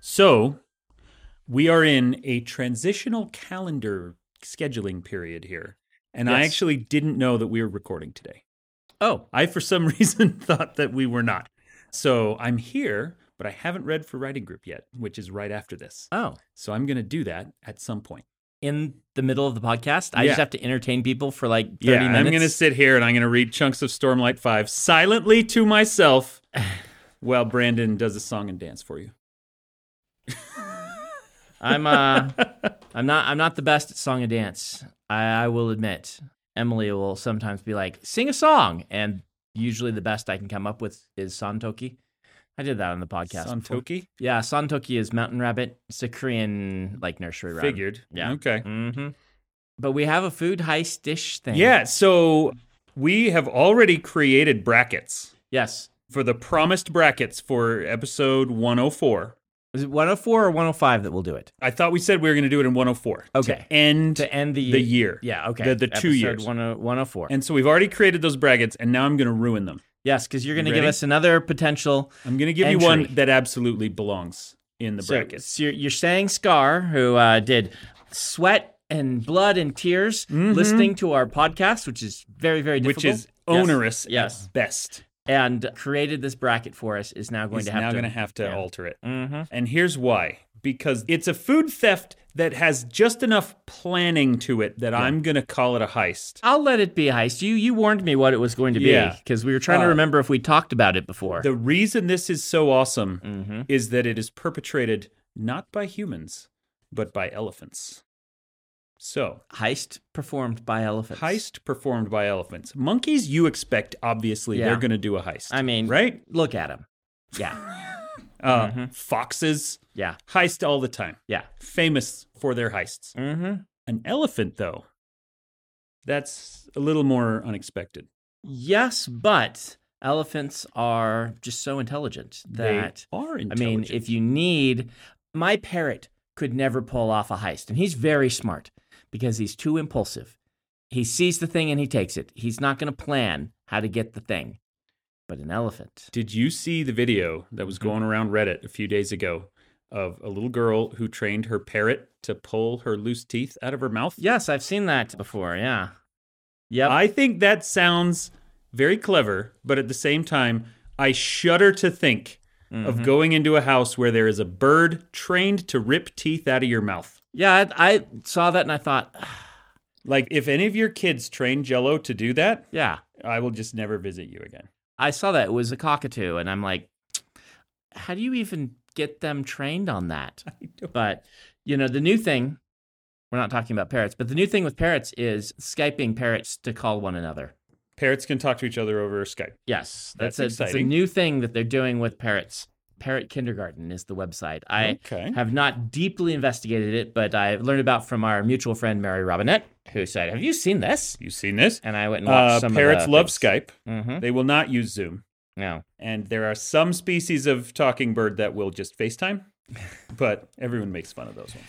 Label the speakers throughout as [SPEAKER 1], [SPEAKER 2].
[SPEAKER 1] So we are in a transitional calendar scheduling period here. And I
[SPEAKER 2] Yes.
[SPEAKER 1] actually didn't know that we were recording today. Oh, I for some reason thought that we were not. So I'm here, but I haven't read for writing group yet, which is right after this.
[SPEAKER 2] Oh,
[SPEAKER 1] So I'm going to do that at some point.
[SPEAKER 2] in the middle of the podcast, I
[SPEAKER 1] Yeah.
[SPEAKER 2] just have to entertain people for like 30
[SPEAKER 1] Yeah,
[SPEAKER 2] minutes.
[SPEAKER 1] I'm going to sit here and I'm going to read chunks of Stormlight 5 silently to myself while Brandon does a song and dance for you.
[SPEAKER 2] I'm uh I'm not I'm not the best at song and dance. I, I will admit. Emily will sometimes be like, sing a song. And usually the best I can come up with is Santoki. I did that on the podcast. before.
[SPEAKER 1] Santoki?
[SPEAKER 2] Yeah, Santoki is mountain rabbit. It's a Korean like nursery rhyme.
[SPEAKER 1] Figured.
[SPEAKER 2] Yeah.
[SPEAKER 1] Okay.
[SPEAKER 2] Mm-hmm. But we have a food heist dish thing.
[SPEAKER 1] Yeah, so we have already created brackets
[SPEAKER 2] Yes.
[SPEAKER 1] for the promised brackets for episode 104.
[SPEAKER 2] Is it 104 or 105 that will do it?
[SPEAKER 1] I thought we said we were going to do it in 104.
[SPEAKER 2] Okay.
[SPEAKER 1] To end.
[SPEAKER 2] To end the,
[SPEAKER 1] The year.
[SPEAKER 2] Yeah, okay.
[SPEAKER 1] The- the two
[SPEAKER 2] Episode oh,
[SPEAKER 1] years.
[SPEAKER 2] 10- 104.
[SPEAKER 1] and so we've already created those brackets, and now I'm going to ruin them.
[SPEAKER 2] yes, because you're going to give
[SPEAKER 1] Ready?
[SPEAKER 2] us another potential
[SPEAKER 1] I'm going to give you
[SPEAKER 2] Entry.
[SPEAKER 1] one that absolutely belongs in the
[SPEAKER 2] So-
[SPEAKER 1] brackets.
[SPEAKER 2] So, you're, you're saying Scar, who uh, did sweat and blood and tears
[SPEAKER 1] Mhm.
[SPEAKER 2] listening to our podcast, which is very, very
[SPEAKER 1] which
[SPEAKER 2] difficult.
[SPEAKER 1] is
[SPEAKER 2] Yes.
[SPEAKER 1] onerous
[SPEAKER 2] Yes.
[SPEAKER 1] at best.
[SPEAKER 2] And created this bracket for us, is now going
[SPEAKER 1] He's
[SPEAKER 2] to have
[SPEAKER 1] now
[SPEAKER 2] to.
[SPEAKER 1] going to have to
[SPEAKER 2] yeah.
[SPEAKER 1] alter it.
[SPEAKER 2] Mhm.
[SPEAKER 1] And here's why because it's a food theft that has just enough planning to it that I'm going to call it a heist.
[SPEAKER 2] I'll let it be heist. You you warned me what it was going to be
[SPEAKER 1] Yeah.
[SPEAKER 2] because we were trying
[SPEAKER 1] Uh,
[SPEAKER 2] to remember if we talked about it before.
[SPEAKER 1] The reason this is so awesome
[SPEAKER 2] hmm
[SPEAKER 1] is that it is perpetrated not by humans, but by elephants. So,
[SPEAKER 2] Heist performed by elephants.
[SPEAKER 1] heist performed by elephants. Monkeys, you expect, obviously,
[SPEAKER 2] Yeah.
[SPEAKER 1] they're going to do a heist.
[SPEAKER 2] I mean,
[SPEAKER 1] right?
[SPEAKER 2] Look at him. Yeah,
[SPEAKER 1] Uh,
[SPEAKER 2] Mm-hmm.
[SPEAKER 1] Foxes
[SPEAKER 2] yeah,
[SPEAKER 1] heist all the time,
[SPEAKER 2] yeah.
[SPEAKER 1] famous for their heists.
[SPEAKER 2] Mm-hmm.
[SPEAKER 1] An elephant, though, that's a little more unexpected.
[SPEAKER 2] Yes, but elephants are just so intelligent that
[SPEAKER 1] they are
[SPEAKER 2] I mean,
[SPEAKER 1] intelligent.
[SPEAKER 2] if you need, my parrot could never pull off a heist, and he's very smart because he's too impulsive. He sees the thing and he takes it. He's not going to plan how to get the thing. But an elephant,
[SPEAKER 1] Did you see the video that was
[SPEAKER 2] Mm-hmm.
[SPEAKER 1] going around Reddit a few days ago of a little girl who trained her parrot to pull her loose teeth out of her mouth?
[SPEAKER 2] yes, I've seen that before. Yeah, yep.
[SPEAKER 1] I think that sounds very clever, but at the same time, I shudder to think
[SPEAKER 2] Mm-hmm.
[SPEAKER 1] of going into a house where there is a bird trained to rip teeth out of your mouth.
[SPEAKER 2] yeah, I, I saw that and I thought,
[SPEAKER 1] Like, if any of your kids train Jello to do that,
[SPEAKER 2] yeah,
[SPEAKER 1] I will just never visit you again.
[SPEAKER 2] I saw that it was a cockatoo, and I'm like, how do you even get them trained on that? But you know, the new thing we're not talking about parrots, but the new thing with parrots is skyping parrots to call one another.
[SPEAKER 1] Parrots can talk to each other over Skype.
[SPEAKER 2] Yes, that's,
[SPEAKER 1] That's
[SPEAKER 2] a, that's a
[SPEAKER 1] exciting.
[SPEAKER 2] new thing that they're doing with parrots. Parrot Kindergarten is the website. I
[SPEAKER 1] Okay.
[SPEAKER 2] have not deeply investigated it, but I learned about from our mutual friend Mary Robinette, who said, "Have you seen this?"
[SPEAKER 1] You seen this?
[SPEAKER 2] And I went and watched
[SPEAKER 1] Uh,
[SPEAKER 2] some.
[SPEAKER 1] parrots
[SPEAKER 2] of the
[SPEAKER 1] love
[SPEAKER 2] things.
[SPEAKER 1] Skype.
[SPEAKER 2] Mhm.
[SPEAKER 1] They will not use Zoom.
[SPEAKER 2] No.
[SPEAKER 1] And there are some species of talking bird that will just FaceTime, but everyone makes fun of those ones.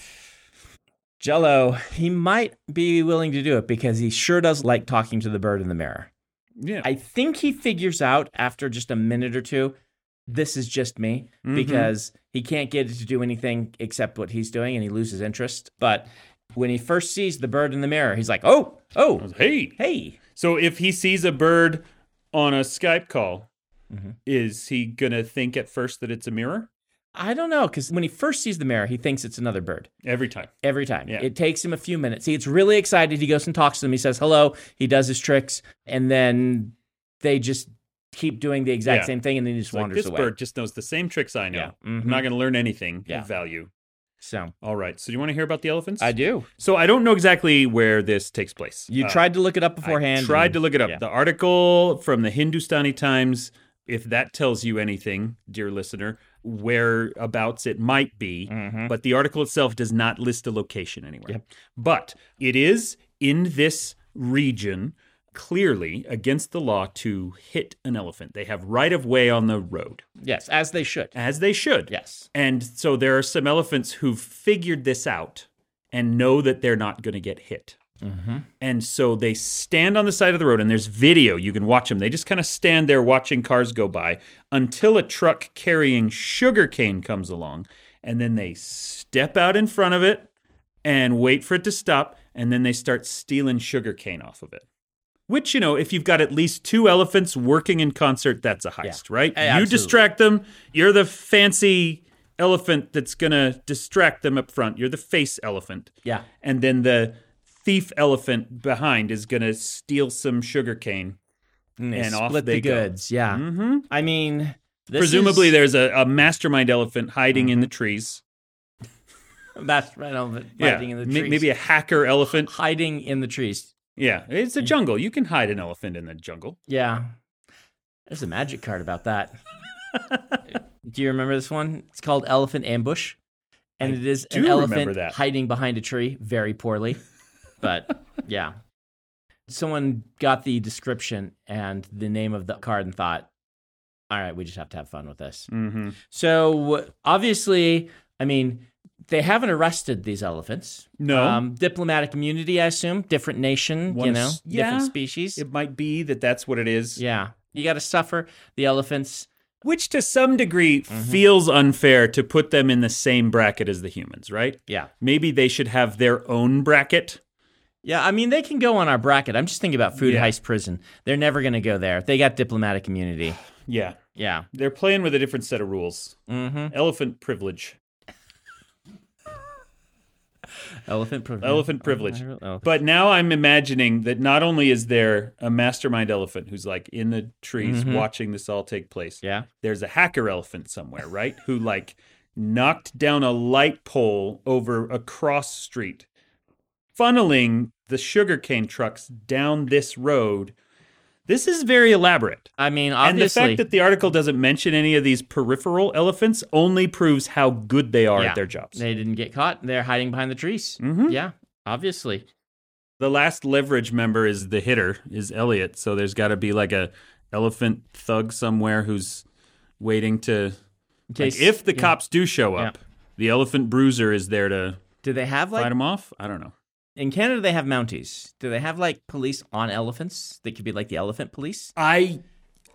[SPEAKER 2] Jello, he might be willing to do it because he sure does like talking to the bird in the mirror.
[SPEAKER 1] Yeah.
[SPEAKER 2] I think he figures out after just a minute or two, this is just me
[SPEAKER 1] Mhm.
[SPEAKER 2] because he can't get it to do anything except what he's doing and he loses interest. But when he first sees the bird in the mirror, he's like, oh, oh,
[SPEAKER 1] hey.
[SPEAKER 2] hey.
[SPEAKER 1] So if he sees a bird on a Skype call,
[SPEAKER 2] Mhm.
[SPEAKER 1] is he going to think at first that it's a mirror?
[SPEAKER 2] I don't know because when he first sees the mirror, he thinks it's another bird.
[SPEAKER 1] Every time.
[SPEAKER 2] Every time.
[SPEAKER 1] Yeah.
[SPEAKER 2] It takes him a few minutes. He gets really excited. He goes and talks to them. He says hello. He does his tricks. And then they just keep doing the exact
[SPEAKER 1] Yeah.
[SPEAKER 2] same thing and then he just
[SPEAKER 1] It's like
[SPEAKER 2] wanders
[SPEAKER 1] this
[SPEAKER 2] away.
[SPEAKER 1] bird just knows the same tricks I know.
[SPEAKER 2] Yeah. Mm-hmm.
[SPEAKER 1] I'm not going to learn anything
[SPEAKER 2] Yeah.
[SPEAKER 1] of value.
[SPEAKER 2] So
[SPEAKER 1] All right. So do you want to hear about the elephants?
[SPEAKER 2] I do.
[SPEAKER 1] So I don't know exactly where this takes place.
[SPEAKER 2] You
[SPEAKER 1] Uh,
[SPEAKER 2] tried to look it up beforehand.
[SPEAKER 1] I tried
[SPEAKER 2] and-
[SPEAKER 1] to look it up.
[SPEAKER 2] yeah.
[SPEAKER 1] The article from the Hindustani Times, if that tells you anything, dear listener, whereabouts it might be, but the article itself does not list a location anywhere.
[SPEAKER 2] Mm-hmm. Yep.
[SPEAKER 1] But it is in this region clearly against the law to hit an elephant. They have right of way on the road,
[SPEAKER 2] Yes, as they should.
[SPEAKER 1] as they should.
[SPEAKER 2] Yes.
[SPEAKER 1] And so there are some elephants who've figured this out and know that they're not going to get hit.
[SPEAKER 2] Mm-hmm.
[SPEAKER 1] And so they stand on the side of the road, and there's video. You can watch them. They just kind of stand there watching cars go by until a truck carrying sugarcane comes along and then they step out in front of it and wait for it to stop, and then they start stealing sugar cane off of it. Which, you know, if you've got at least two elephants working in concert, that's a heist, right?
[SPEAKER 2] A-
[SPEAKER 1] You
[SPEAKER 2] absolutely.
[SPEAKER 1] distract them, you're the fancy elephant that's going to distract them up front. You're the face elephant.
[SPEAKER 2] Yeah.
[SPEAKER 1] And then the thief elephant behind is going to steal some sugar cane.
[SPEAKER 2] And, they
[SPEAKER 1] And off
[SPEAKER 2] split
[SPEAKER 1] they
[SPEAKER 2] the
[SPEAKER 1] go.
[SPEAKER 2] goods. Yeah.
[SPEAKER 1] Mm-hmm.
[SPEAKER 2] I mean, this
[SPEAKER 1] Presumably,
[SPEAKER 2] is- Mm-hmm.
[SPEAKER 1] there's a, a mastermind elephant hiding in the trees.
[SPEAKER 2] that's right on the- hiding in the
[SPEAKER 1] may-
[SPEAKER 2] trees.
[SPEAKER 1] maybe a hacker elephant.
[SPEAKER 2] hiding in the trees.
[SPEAKER 1] Yeah, it's
[SPEAKER 2] Mm.
[SPEAKER 1] a jungle. You can hide an elephant in the jungle.
[SPEAKER 2] Yeah. There's a magic card about that. do you remember this one? It's called Elephant Ambush. And
[SPEAKER 1] I
[SPEAKER 2] it is
[SPEAKER 1] do
[SPEAKER 2] an
[SPEAKER 1] remember
[SPEAKER 2] elephant
[SPEAKER 1] that.
[SPEAKER 2] hiding behind a tree very poorly. But yeah. Someone got the description and the name of the card and thought, all right, we just have to have fun with this.
[SPEAKER 1] Mm-hmm.
[SPEAKER 2] So obviously, I mean, they haven't arrested these elephants.
[SPEAKER 1] No.
[SPEAKER 2] um, diplomatic immunity, I assume. Different nation,
[SPEAKER 1] One
[SPEAKER 2] you
[SPEAKER 1] is-
[SPEAKER 2] know,
[SPEAKER 1] yeah.
[SPEAKER 2] different species.
[SPEAKER 1] It might be that that's what it is.
[SPEAKER 2] Yeah, you got to suffer the elephants.
[SPEAKER 1] Which, to some degree,
[SPEAKER 2] Mm-hmm.
[SPEAKER 1] feels unfair to put them in the same bracket as the humans, right?
[SPEAKER 2] Yeah,
[SPEAKER 1] Maybe they should have their own bracket.
[SPEAKER 2] yeah. I mean, they can go on our bracket. I'm just thinking about food
[SPEAKER 1] Yeah.
[SPEAKER 2] heist prison. They're never going to go there. They got diplomatic immunity.
[SPEAKER 1] Yeah.
[SPEAKER 2] Yeah.
[SPEAKER 1] They're playing with a different set of rules.
[SPEAKER 2] Mm-hmm.
[SPEAKER 1] Elephant privilege.
[SPEAKER 2] Elephant privilege.
[SPEAKER 1] Elephant privilege.
[SPEAKER 2] Elephant.
[SPEAKER 1] But now I'm imagining that not only is there a mastermind elephant who's like in the trees
[SPEAKER 2] Mhm.
[SPEAKER 1] watching this all take place,
[SPEAKER 2] Yeah.
[SPEAKER 1] there's a hacker elephant somewhere, right? Who like knocked down a light pole over a cross street, funneling the sugarcane trucks down this road. This is very elaborate.
[SPEAKER 2] I mean, obviously.
[SPEAKER 1] And the fact that the article doesn't mention any of these peripheral elephants only proves how good they are
[SPEAKER 2] Yeah.
[SPEAKER 1] at their jobs.
[SPEAKER 2] they didn't get caught. They're hiding behind the trees.
[SPEAKER 1] Mhm.
[SPEAKER 2] Yeah, obviously.
[SPEAKER 1] The last leverage member is the hitter, is Elliot. So there's got to be like a elephant thug somewhere who's waiting to.
[SPEAKER 2] In
[SPEAKER 1] Like
[SPEAKER 2] case-
[SPEAKER 1] if the
[SPEAKER 2] yeah.
[SPEAKER 1] cops do show up, the elephant bruiser is there to
[SPEAKER 2] do they have
[SPEAKER 1] fight
[SPEAKER 2] like
[SPEAKER 1] them off. I don't know.
[SPEAKER 2] in Canada they have Mounties? Do they have like police on elephants? They could be like the elephant police.
[SPEAKER 1] I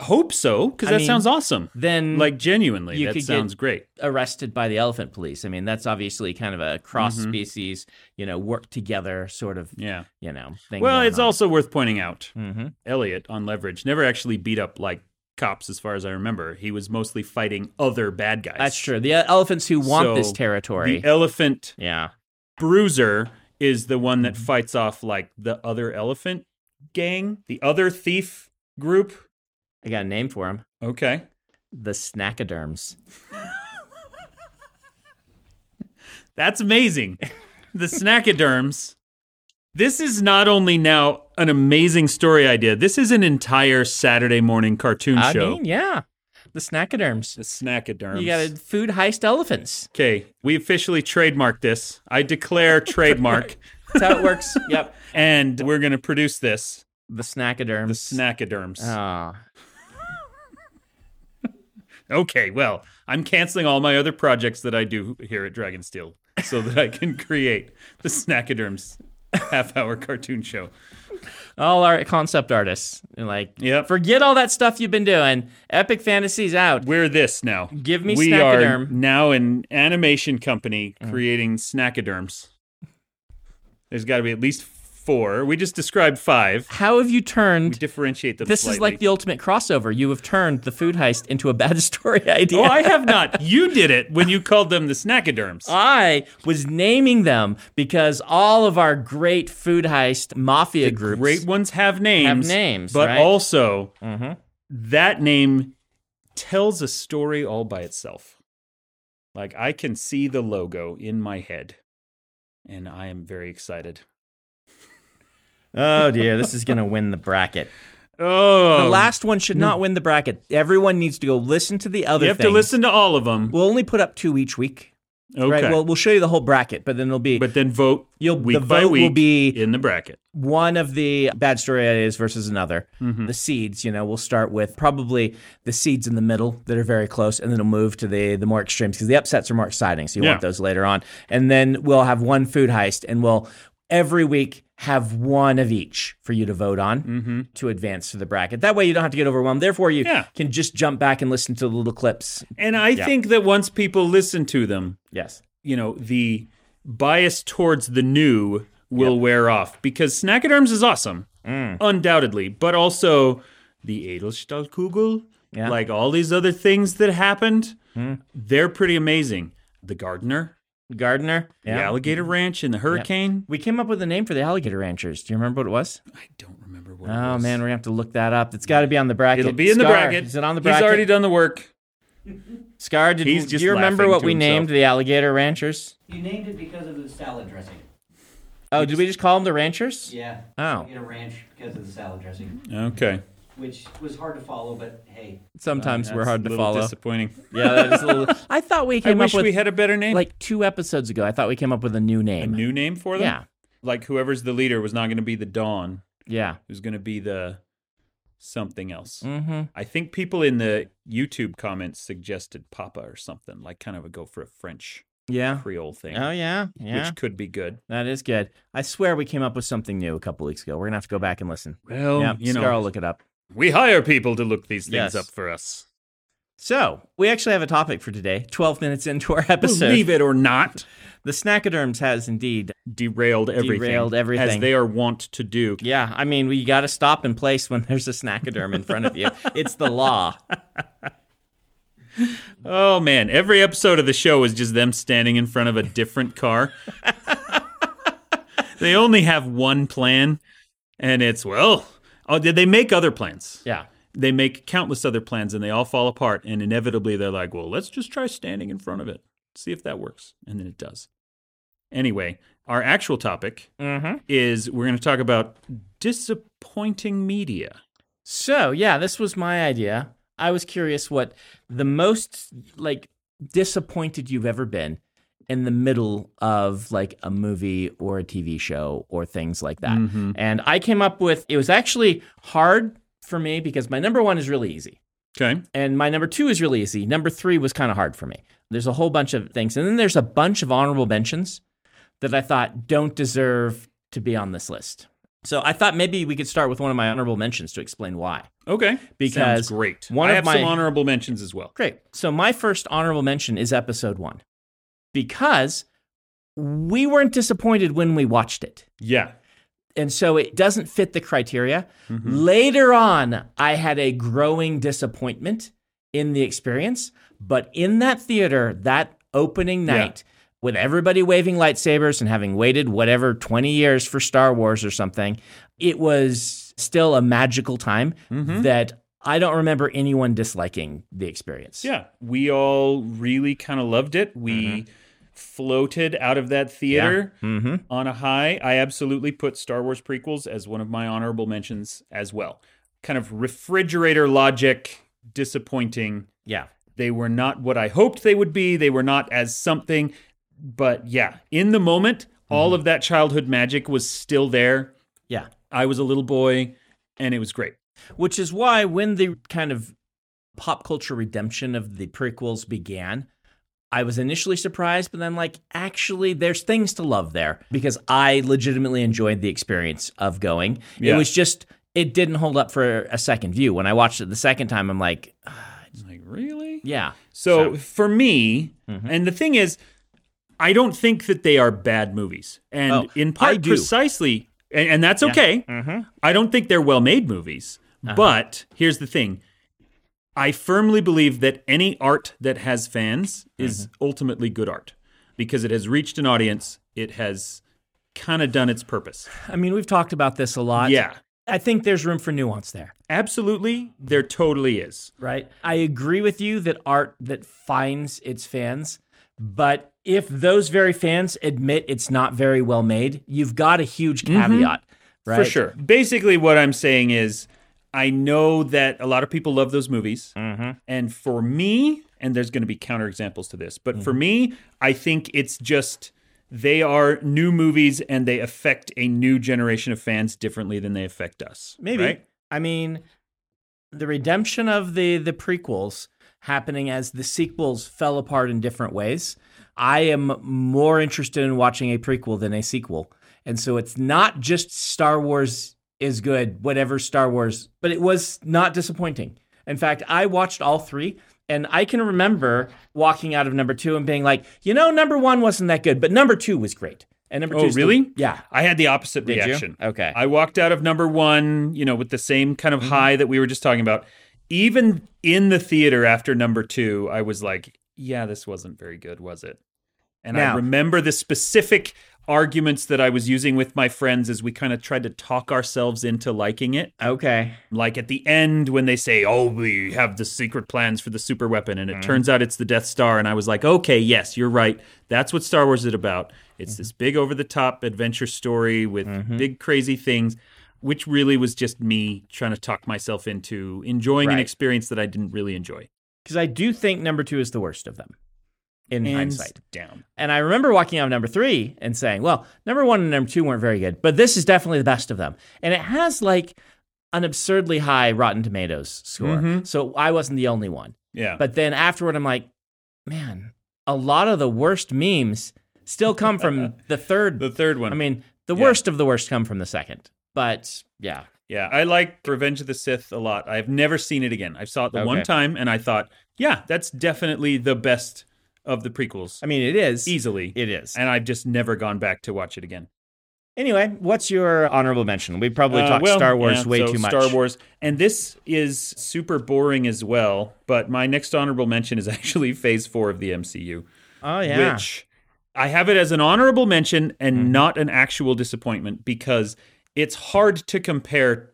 [SPEAKER 1] hope so because
[SPEAKER 2] I
[SPEAKER 1] that
[SPEAKER 2] mean,
[SPEAKER 1] sounds awesome.
[SPEAKER 2] Then
[SPEAKER 1] Like genuinely,
[SPEAKER 2] you
[SPEAKER 1] that
[SPEAKER 2] could get-
[SPEAKER 1] sounds great.
[SPEAKER 2] arrested by the elephant police. I mean, that's obviously kind of a cross species, you know, work together sort of,
[SPEAKER 1] Mm-hmm. Yeah.
[SPEAKER 2] you know, thing.
[SPEAKER 1] Well, it's also worth pointing out
[SPEAKER 2] hmm
[SPEAKER 1] Elliot on leverage never actually beat up like cops, as far as I remember. He was mostly fighting other bad guys.
[SPEAKER 2] That's true. The uh, elephants who want
[SPEAKER 1] So,
[SPEAKER 2] this
[SPEAKER 1] the
[SPEAKER 2] territory.
[SPEAKER 1] The elephant
[SPEAKER 2] yeah.
[SPEAKER 1] Bruiser is the one
[SPEAKER 2] Mm-hmm.
[SPEAKER 1] that fights off like the other elephant gang, the other thief group.
[SPEAKER 2] I got a name for them
[SPEAKER 1] Okay.
[SPEAKER 2] the snackoderms.
[SPEAKER 1] That's amazing. The snackoderms. This is not only now an amazing story idea, this is an entire Saturday morning cartoon
[SPEAKER 2] I
[SPEAKER 1] show.
[SPEAKER 2] mean, yeah. The snackoderms.
[SPEAKER 1] the snackoderms.
[SPEAKER 2] You got food heist elephants.
[SPEAKER 1] Okay, we officially trademarked this. I declare trademark,
[SPEAKER 2] That's how it works. yep.
[SPEAKER 1] and we're going to produce this.
[SPEAKER 2] The snackoderms.
[SPEAKER 1] The snackoderms.
[SPEAKER 2] Ah.
[SPEAKER 1] Okay, well, I'm canceling all my other projects that I do here at Dragonsteel so that I can create the Snackoderms half hour cartoon show.
[SPEAKER 2] all our concept artists. They're like,
[SPEAKER 1] Yep.
[SPEAKER 2] forget all that stuff you've been doing. Epic fantasies out.
[SPEAKER 1] We're this now.
[SPEAKER 2] Give me
[SPEAKER 1] we
[SPEAKER 2] Snackoderm. Ah.
[SPEAKER 1] are now an animation company creating Snackoderms. There's got to be at least four. We just described five.
[SPEAKER 2] How have you
[SPEAKER 1] We
[SPEAKER 2] turned
[SPEAKER 1] differentiate them
[SPEAKER 2] This
[SPEAKER 1] slightly.
[SPEAKER 2] is like the ultimate crossover. You have turned the food heist into a bad story idea.
[SPEAKER 1] Oh, I have not. You did it when you called them the Snackoderms.
[SPEAKER 2] Ah, I was naming them because all of our great food heist mafia groups.
[SPEAKER 1] Great ones have names.
[SPEAKER 2] names,
[SPEAKER 1] but
[SPEAKER 2] right?
[SPEAKER 1] also
[SPEAKER 2] Mhm.
[SPEAKER 1] that name tells a story all by itself. Like I can see the logo in my head, and I am very excited.
[SPEAKER 2] Oh dear, this is gonna win the bracket.
[SPEAKER 1] Oh,
[SPEAKER 2] The last one should not win the bracket. Everyone needs to go listen to the other.
[SPEAKER 1] you have to
[SPEAKER 2] things.
[SPEAKER 1] listen to all of them.
[SPEAKER 2] We'll only put up two each week.
[SPEAKER 1] Okay,
[SPEAKER 2] Right. Well, we'll show you the whole bracket, but then it'll be
[SPEAKER 1] but then vote
[SPEAKER 2] You'll-
[SPEAKER 1] week
[SPEAKER 2] the
[SPEAKER 1] by
[SPEAKER 2] vote will
[SPEAKER 1] week
[SPEAKER 2] be-
[SPEAKER 1] in the bracket.
[SPEAKER 2] one of the bad story ideas versus another.
[SPEAKER 1] Mm-hmm.
[SPEAKER 2] The seeds, you know, we'll start with probably the seeds in the middle that are very close, and then we'll move to the the more extremes because the upsets are more exciting. So you
[SPEAKER 1] Yeah.
[SPEAKER 2] want those later on, and then we'll have one food heist, and we'll every week have one of each for you to vote on
[SPEAKER 1] Mm-hmm.
[SPEAKER 2] to advance to the bracket. That way you don't have to get overwhelmed. Therefore, you
[SPEAKER 1] Yeah.
[SPEAKER 2] can just jump back and listen to the little clips.
[SPEAKER 1] And I
[SPEAKER 2] Yeah.
[SPEAKER 1] think that once people listen to them,
[SPEAKER 2] Yes.
[SPEAKER 1] you know, the bias towards the new will wear off because Snack at Arms is awesome,
[SPEAKER 2] Mm.
[SPEAKER 1] undoubtedly, but also the Edelstahlkugel,
[SPEAKER 2] Yeah. Mm.
[SPEAKER 1] like all these other things that happened, they're pretty amazing. The Gardener,
[SPEAKER 2] Gardener.
[SPEAKER 1] the Alligator Ranch, and the Hurricane.
[SPEAKER 2] We came up with a name for the alligator ranchers. Do you remember what it was?
[SPEAKER 1] I don't remember what. it
[SPEAKER 2] Oh
[SPEAKER 1] was.
[SPEAKER 2] man, we're gonna have to look that up. It's got to be on the bracket.
[SPEAKER 1] it'll be in the
[SPEAKER 2] Scar,
[SPEAKER 1] bracket.
[SPEAKER 2] Is it on the bracket?
[SPEAKER 1] He's already done the work.
[SPEAKER 2] Scar, did
[SPEAKER 1] He's
[SPEAKER 2] do
[SPEAKER 1] just
[SPEAKER 2] you remember
[SPEAKER 1] laughing
[SPEAKER 2] what
[SPEAKER 1] to
[SPEAKER 2] we
[SPEAKER 1] himself.
[SPEAKER 2] named the alligator ranchers?
[SPEAKER 3] You named it because of the salad dressing.
[SPEAKER 2] Oh, did we just call them the ranchers?
[SPEAKER 3] Yeah.
[SPEAKER 2] Oh,
[SPEAKER 3] You get a ranch because of the salad dressing,
[SPEAKER 1] Okay,
[SPEAKER 3] which was hard to follow, but hey,
[SPEAKER 2] sometimes we're
[SPEAKER 1] Uh, That's
[SPEAKER 2] hard
[SPEAKER 1] a
[SPEAKER 2] to
[SPEAKER 1] little
[SPEAKER 2] follow.
[SPEAKER 1] Disappointing.
[SPEAKER 2] yeah, that is a little. I thought we
[SPEAKER 1] I
[SPEAKER 2] came
[SPEAKER 1] wish
[SPEAKER 2] up with
[SPEAKER 1] we had a better name.
[SPEAKER 2] like two episodes ago. I thought we came up with a new
[SPEAKER 1] a
[SPEAKER 2] name.
[SPEAKER 1] new name for them.
[SPEAKER 2] yeah,
[SPEAKER 1] Like whoever's the leader was not going to be the Dawn.
[SPEAKER 2] yeah.
[SPEAKER 1] It was going to be the something else.
[SPEAKER 2] Mm-hmm.
[SPEAKER 1] I think people in the YouTube comments suggested Papa or something, like kind of a go for a French
[SPEAKER 2] Yeah.
[SPEAKER 1] Creole thing,
[SPEAKER 2] Oh yeah, yeah.
[SPEAKER 1] which could be good.
[SPEAKER 2] That is good. I swear we came up with something new a couple weeks ago. We're gonna have to go back and listen.
[SPEAKER 1] Well,
[SPEAKER 2] yeah,
[SPEAKER 1] Oh, you know,
[SPEAKER 2] Scar will look it up.
[SPEAKER 1] we hire people to look these things
[SPEAKER 2] Yes.
[SPEAKER 1] up for us.
[SPEAKER 2] So we actually have a topic for today. Twelve minutes into our episode,
[SPEAKER 1] Believe it or not,
[SPEAKER 2] the Snackoderms has indeed.
[SPEAKER 1] derailed everything.
[SPEAKER 2] Derailed everything.
[SPEAKER 1] As they are wont to do.
[SPEAKER 2] Yeah, I mean, we got to stop and place when there's a Snackoderm in front of you. It's the law.
[SPEAKER 1] Oh, man. Every episode of the show is just them standing in front of a different car. they only have one plan, and it's, well, oh, did they make other plans?
[SPEAKER 2] Yeah.
[SPEAKER 1] they make countless other plans and they all fall apart and inevitably they're like well let's just try standing in front of it see if that works and then it does anyway our actual topic
[SPEAKER 2] Mm-hmm.
[SPEAKER 1] is we're going to talk about disappointing media
[SPEAKER 2] So yeah, this was my idea. I was curious what the most like disappointed you've ever been in the middle of like a movie or a TV show or things like that. And I came up with it was actually hard for me because my number one is really easy.
[SPEAKER 1] okay
[SPEAKER 2] And my number two is really easy. Number three was kind of hard for me. There's a whole bunch of things. And then there's a bunch of honorable mentions that I thought don't deserve to be on this list. So I thought maybe we could start with one of my honorable mentions to explain why.
[SPEAKER 1] okay
[SPEAKER 2] Because
[SPEAKER 1] Sounds great
[SPEAKER 2] one
[SPEAKER 1] i
[SPEAKER 2] of
[SPEAKER 1] have
[SPEAKER 2] my-
[SPEAKER 1] some honorable mentions as well
[SPEAKER 2] Great. So my first honorable mention is episode one because we weren't disappointed when we watched it.
[SPEAKER 1] yeah
[SPEAKER 2] and so it doesn't fit the criteria.
[SPEAKER 1] Mm-hmm.
[SPEAKER 2] Later on, I had a growing disappointment in the experience, but in that theater, that opening
[SPEAKER 1] Yeah.
[SPEAKER 2] night, with everybody waving lightsabers and having waited whatever 20 years for Star Wars or something, it was still a magical time
[SPEAKER 1] Mm-hmm.
[SPEAKER 2] that I don't remember anyone disliking the experience.
[SPEAKER 1] yeah we all really kind of loved it we floated out of that theater
[SPEAKER 2] hmm
[SPEAKER 1] on a high, I absolutely put Star Wars prequels as one of my honorable mentions as well. Kind of refrigerator logic, disappointing.
[SPEAKER 2] Yeah.
[SPEAKER 1] They were not what I hoped they would be. They were not as something. But yeah, in the moment, all of that childhood magic was still there.
[SPEAKER 2] Yeah.
[SPEAKER 1] I was a little boy and it was great.
[SPEAKER 2] which is why when the kind of pop culture redemption of the prequels began i was initially surprised but then like actually there's things to love there because i legitimately enjoyed the experience of going it
[SPEAKER 1] Yeah.
[SPEAKER 2] was just it didn't hold up for a second view when i watched it the second time i'm like
[SPEAKER 1] Like, really?
[SPEAKER 2] yeah
[SPEAKER 1] So, for me,
[SPEAKER 2] Mm-hmm.
[SPEAKER 1] and the thing is, I don't think that they are bad movies, and
[SPEAKER 2] Oh,
[SPEAKER 1] in
[SPEAKER 2] I
[SPEAKER 1] part
[SPEAKER 2] do. Mm-hmm.
[SPEAKER 1] precisely, and, and that's okay. I don't think they're well-made movies,
[SPEAKER 2] Uh-huh.
[SPEAKER 1] but here's the thing: I firmly believe that any art that has fans is
[SPEAKER 2] Mm-hmm.
[SPEAKER 1] ultimately good art because it has reached an audience. It has kind of done its purpose.
[SPEAKER 2] i mean we've talked about this a lot
[SPEAKER 1] Yeah,
[SPEAKER 2] i think there's room for nuance there
[SPEAKER 1] absolutely, there totally is.
[SPEAKER 2] right? I agree with you that art that finds its fans, but if those very fans admit it's not very well made, you've got a huge caveat, right?
[SPEAKER 1] Mm-hmm. For sure. Basically, what I'm saying is, I know that a lot of people love those movies.
[SPEAKER 2] Mm-hmm.
[SPEAKER 1] And for me, and there's going to be counterexamples to this, but for
[SPEAKER 2] Mm-hmm.
[SPEAKER 1] me, I think it's just they are new movies and they affect a new generation of fans differently than they affect us.
[SPEAKER 2] Maybe.
[SPEAKER 1] right?
[SPEAKER 2] I mean, the redemption of the the prequels happening as the sequels fell apart in different ways. I am more interested in watching a prequel than a sequel. And so it's not just Star Wars is good, whatever Star Wars, but it was not disappointing. In fact, I watched all three and I can remember walking out of number two and being like, you know, number one wasn't that good, but number two was great. And number
[SPEAKER 1] Oh,
[SPEAKER 2] two,
[SPEAKER 1] really?
[SPEAKER 2] yeah.
[SPEAKER 1] I had the opposite
[SPEAKER 2] Did you?
[SPEAKER 1] reaction.
[SPEAKER 2] Okay. Mm-hmm.
[SPEAKER 1] I walked out of number one, you know, with the same kind of high that we were just talking about. Even in the theater after number two, I was like, yeah, this wasn't very good, was it? And I
[SPEAKER 2] Now-
[SPEAKER 1] remember the specific arguments that I was using with my friends as we kind of tried to talk ourselves into liking it.
[SPEAKER 2] Okay.
[SPEAKER 1] Like at the end when they say, oh, we have the secret plans for the super weapon,
[SPEAKER 2] Mm-hmm.
[SPEAKER 1] and it turns out it's the Death Star. And I was like, okay, yes, you're right. That's what Star Wars is about. It's
[SPEAKER 2] Mm-hmm.
[SPEAKER 1] this big over the top adventure story with big crazy things, which really was just me trying to talk myself into enjoying an
[SPEAKER 2] Right.
[SPEAKER 1] experience that I didn't really enjoy.
[SPEAKER 2] Because I do think number two is the worst of them in
[SPEAKER 1] Hands
[SPEAKER 2] hindsight.
[SPEAKER 1] down.
[SPEAKER 2] And I remember walking out of number three and saying, well, number one and number two weren't very good, but this is definitely the best of them. And it has like an absurdly high Rotten Tomatoes score.
[SPEAKER 1] Mhm.
[SPEAKER 2] So I wasn't the only one.
[SPEAKER 1] Yeah.
[SPEAKER 2] But then afterward, I'm like, man, a lot of the worst memes still come from the third.
[SPEAKER 1] the third one.
[SPEAKER 2] I mean, the
[SPEAKER 1] Yeah.
[SPEAKER 2] worst of the worst come from the second. But yeah,
[SPEAKER 1] Yeah, I like Revenge of the Sith a lot. I've never seen it again. I saw it the one
[SPEAKER 2] Okay.
[SPEAKER 1] time and I thought, yeah, that's definitely the best of the prequels
[SPEAKER 2] I mean, it is.
[SPEAKER 1] easily.
[SPEAKER 2] It is.
[SPEAKER 1] And I've just never gone back to watch it again.
[SPEAKER 2] Anyway, what's your honorable mention? We probably
[SPEAKER 1] Uh,
[SPEAKER 2] talked
[SPEAKER 1] well,
[SPEAKER 2] Star Wars
[SPEAKER 1] yeah,
[SPEAKER 2] way
[SPEAKER 1] so
[SPEAKER 2] too much.
[SPEAKER 1] Star Wars. And this is super boring as well, but my next honorable mention is actually phase four of the MCU,
[SPEAKER 2] Oh yeah. Mm-hmm.
[SPEAKER 1] which I have it as an honorable mention and not an actual disappointment because it's hard to compare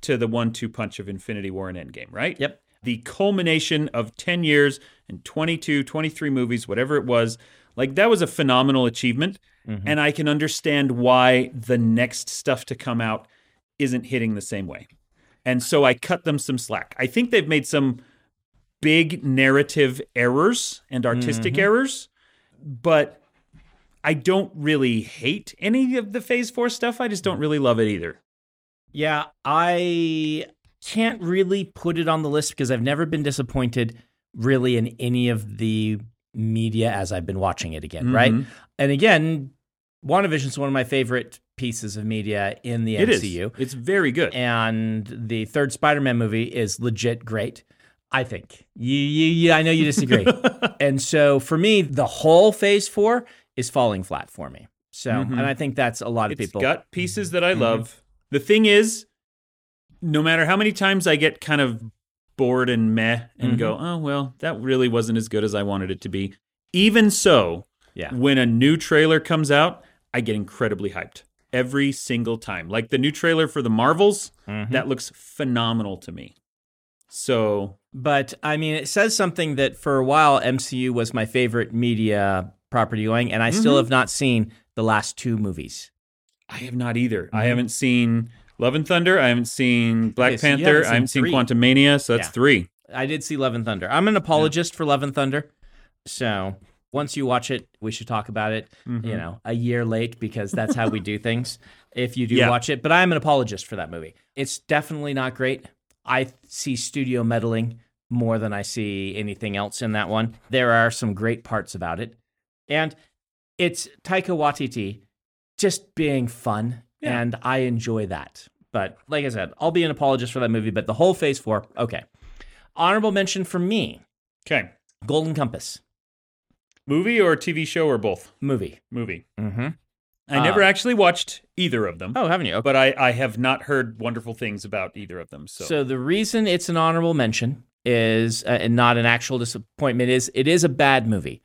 [SPEAKER 1] to the one two punch of Infinity War and Endgame, right?
[SPEAKER 2] Yep.
[SPEAKER 1] the culmination of 10 years and 22, 23 movies, whatever it was. Like that was a phenomenal achievement. And I can understand why the next stuff to come out isn't hitting the same way. And so I cut them some slack. I think they've made some big narrative errors and artistic errors, but I don't really hate any of the phase four stuff. I just don't really love it either.
[SPEAKER 2] Yeah, I can't really put it on the list because I've never been disappointed really in any of the media as I've been watching it again,
[SPEAKER 1] Mhm.
[SPEAKER 2] right? And again, WandaVision is one of my favorite pieces of media in the
[SPEAKER 1] It is.
[SPEAKER 2] MCU.
[SPEAKER 1] It's very good.
[SPEAKER 2] And the third Spider-Man movie is legit great. I think you, you, you I know you disagree, and so for me, the whole Phase Four is falling flat for me. So, and I think that's a lot of
[SPEAKER 1] Mm-hmm. It's
[SPEAKER 2] people. Mm-hmm.
[SPEAKER 1] got pieces that I love. The thing is, no matter how many times I get kind of bored and meh and
[SPEAKER 2] Mm-hmm.
[SPEAKER 1] go, oh, well, that really wasn't as good as I wanted it to be. Even so,
[SPEAKER 2] Yeah.
[SPEAKER 1] when a new trailer comes out, I get incredibly hyped every single time. Like the new trailer for the Marvels,
[SPEAKER 2] Mm-hmm.
[SPEAKER 1] that looks phenomenal to me. So,
[SPEAKER 2] But I mean, it says something that for a while MCU was my favorite media property going, and I
[SPEAKER 1] Mm-hmm.
[SPEAKER 2] still have not seen the last two movies.
[SPEAKER 1] I have not either. I haven't seen Love and Thunder. I haven't seen Black
[SPEAKER 2] Mm-hmm. Okay, so you
[SPEAKER 1] Panther.
[SPEAKER 2] haven't
[SPEAKER 1] I haven't
[SPEAKER 2] seen
[SPEAKER 1] seen
[SPEAKER 2] three.
[SPEAKER 1] Quantum Mania. So that's
[SPEAKER 2] Yeah.
[SPEAKER 1] three.
[SPEAKER 2] I did see Love and Thunder. I'm an apologist for Love and Thunder, so once you watch it, we should talk about it.
[SPEAKER 1] Mm-hmm.
[SPEAKER 2] You know, a year late because that's how we do things. If you do
[SPEAKER 1] Yeah.
[SPEAKER 2] watch it, but I'm an apologist for that movie. It's definitely not great. I see studio meddling more than I see anything else in that one. There are some great parts about it, and it's Taika Waititi just being fun,
[SPEAKER 1] Yeah.
[SPEAKER 2] and I enjoy that. But like I said, I'll be an apologist for that movie. But the whole Phase Four, okay. Honorable mention for me,
[SPEAKER 1] Okay.
[SPEAKER 2] Golden Compass
[SPEAKER 1] Movie or TV show or both?
[SPEAKER 2] movie.
[SPEAKER 1] Movie.
[SPEAKER 2] Mm-hmm.
[SPEAKER 1] I
[SPEAKER 2] Ah.
[SPEAKER 1] never actually watched either of them,
[SPEAKER 2] Oh, haven't you? Okay.
[SPEAKER 1] but I, I have not heard wonderful things about either of them. So,
[SPEAKER 2] So. the reason it's an honorable mention is, uh, and not an actual disappointment, is it is a bad movie.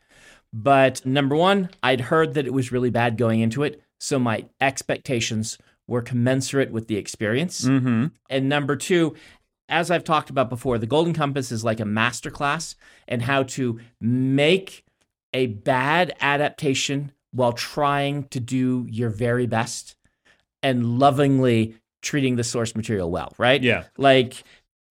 [SPEAKER 2] But number one, I'd heard that it was really bad going into it, so my expectations were commensurate with the experience.
[SPEAKER 1] hmm
[SPEAKER 2] And number two, as I've talked about before, the Golden Compass is like a masterclass in how to make a bad adaptation while trying to do your very best and lovingly treating the source material well, right?
[SPEAKER 1] Yeah.
[SPEAKER 2] Like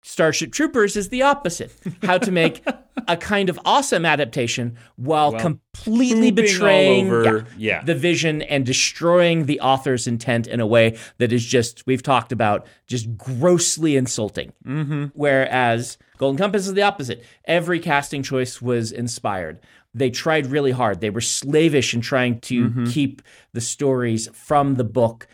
[SPEAKER 2] Starship Troopers is the opposite. How to make a kind of awesome adaptation while
[SPEAKER 1] Well,
[SPEAKER 2] completely
[SPEAKER 1] pooping all
[SPEAKER 2] betraying
[SPEAKER 1] over- yeah.
[SPEAKER 2] the vision and destroying the author's intent in a way that is just we've talked about just grossly insulting. Mm-hmm. Whereas Golden Compass is the opposite. Every casting choice was inspired. They tried really hard. They were slavish in trying to
[SPEAKER 1] Mm-hmm.
[SPEAKER 2] keep the stories from the book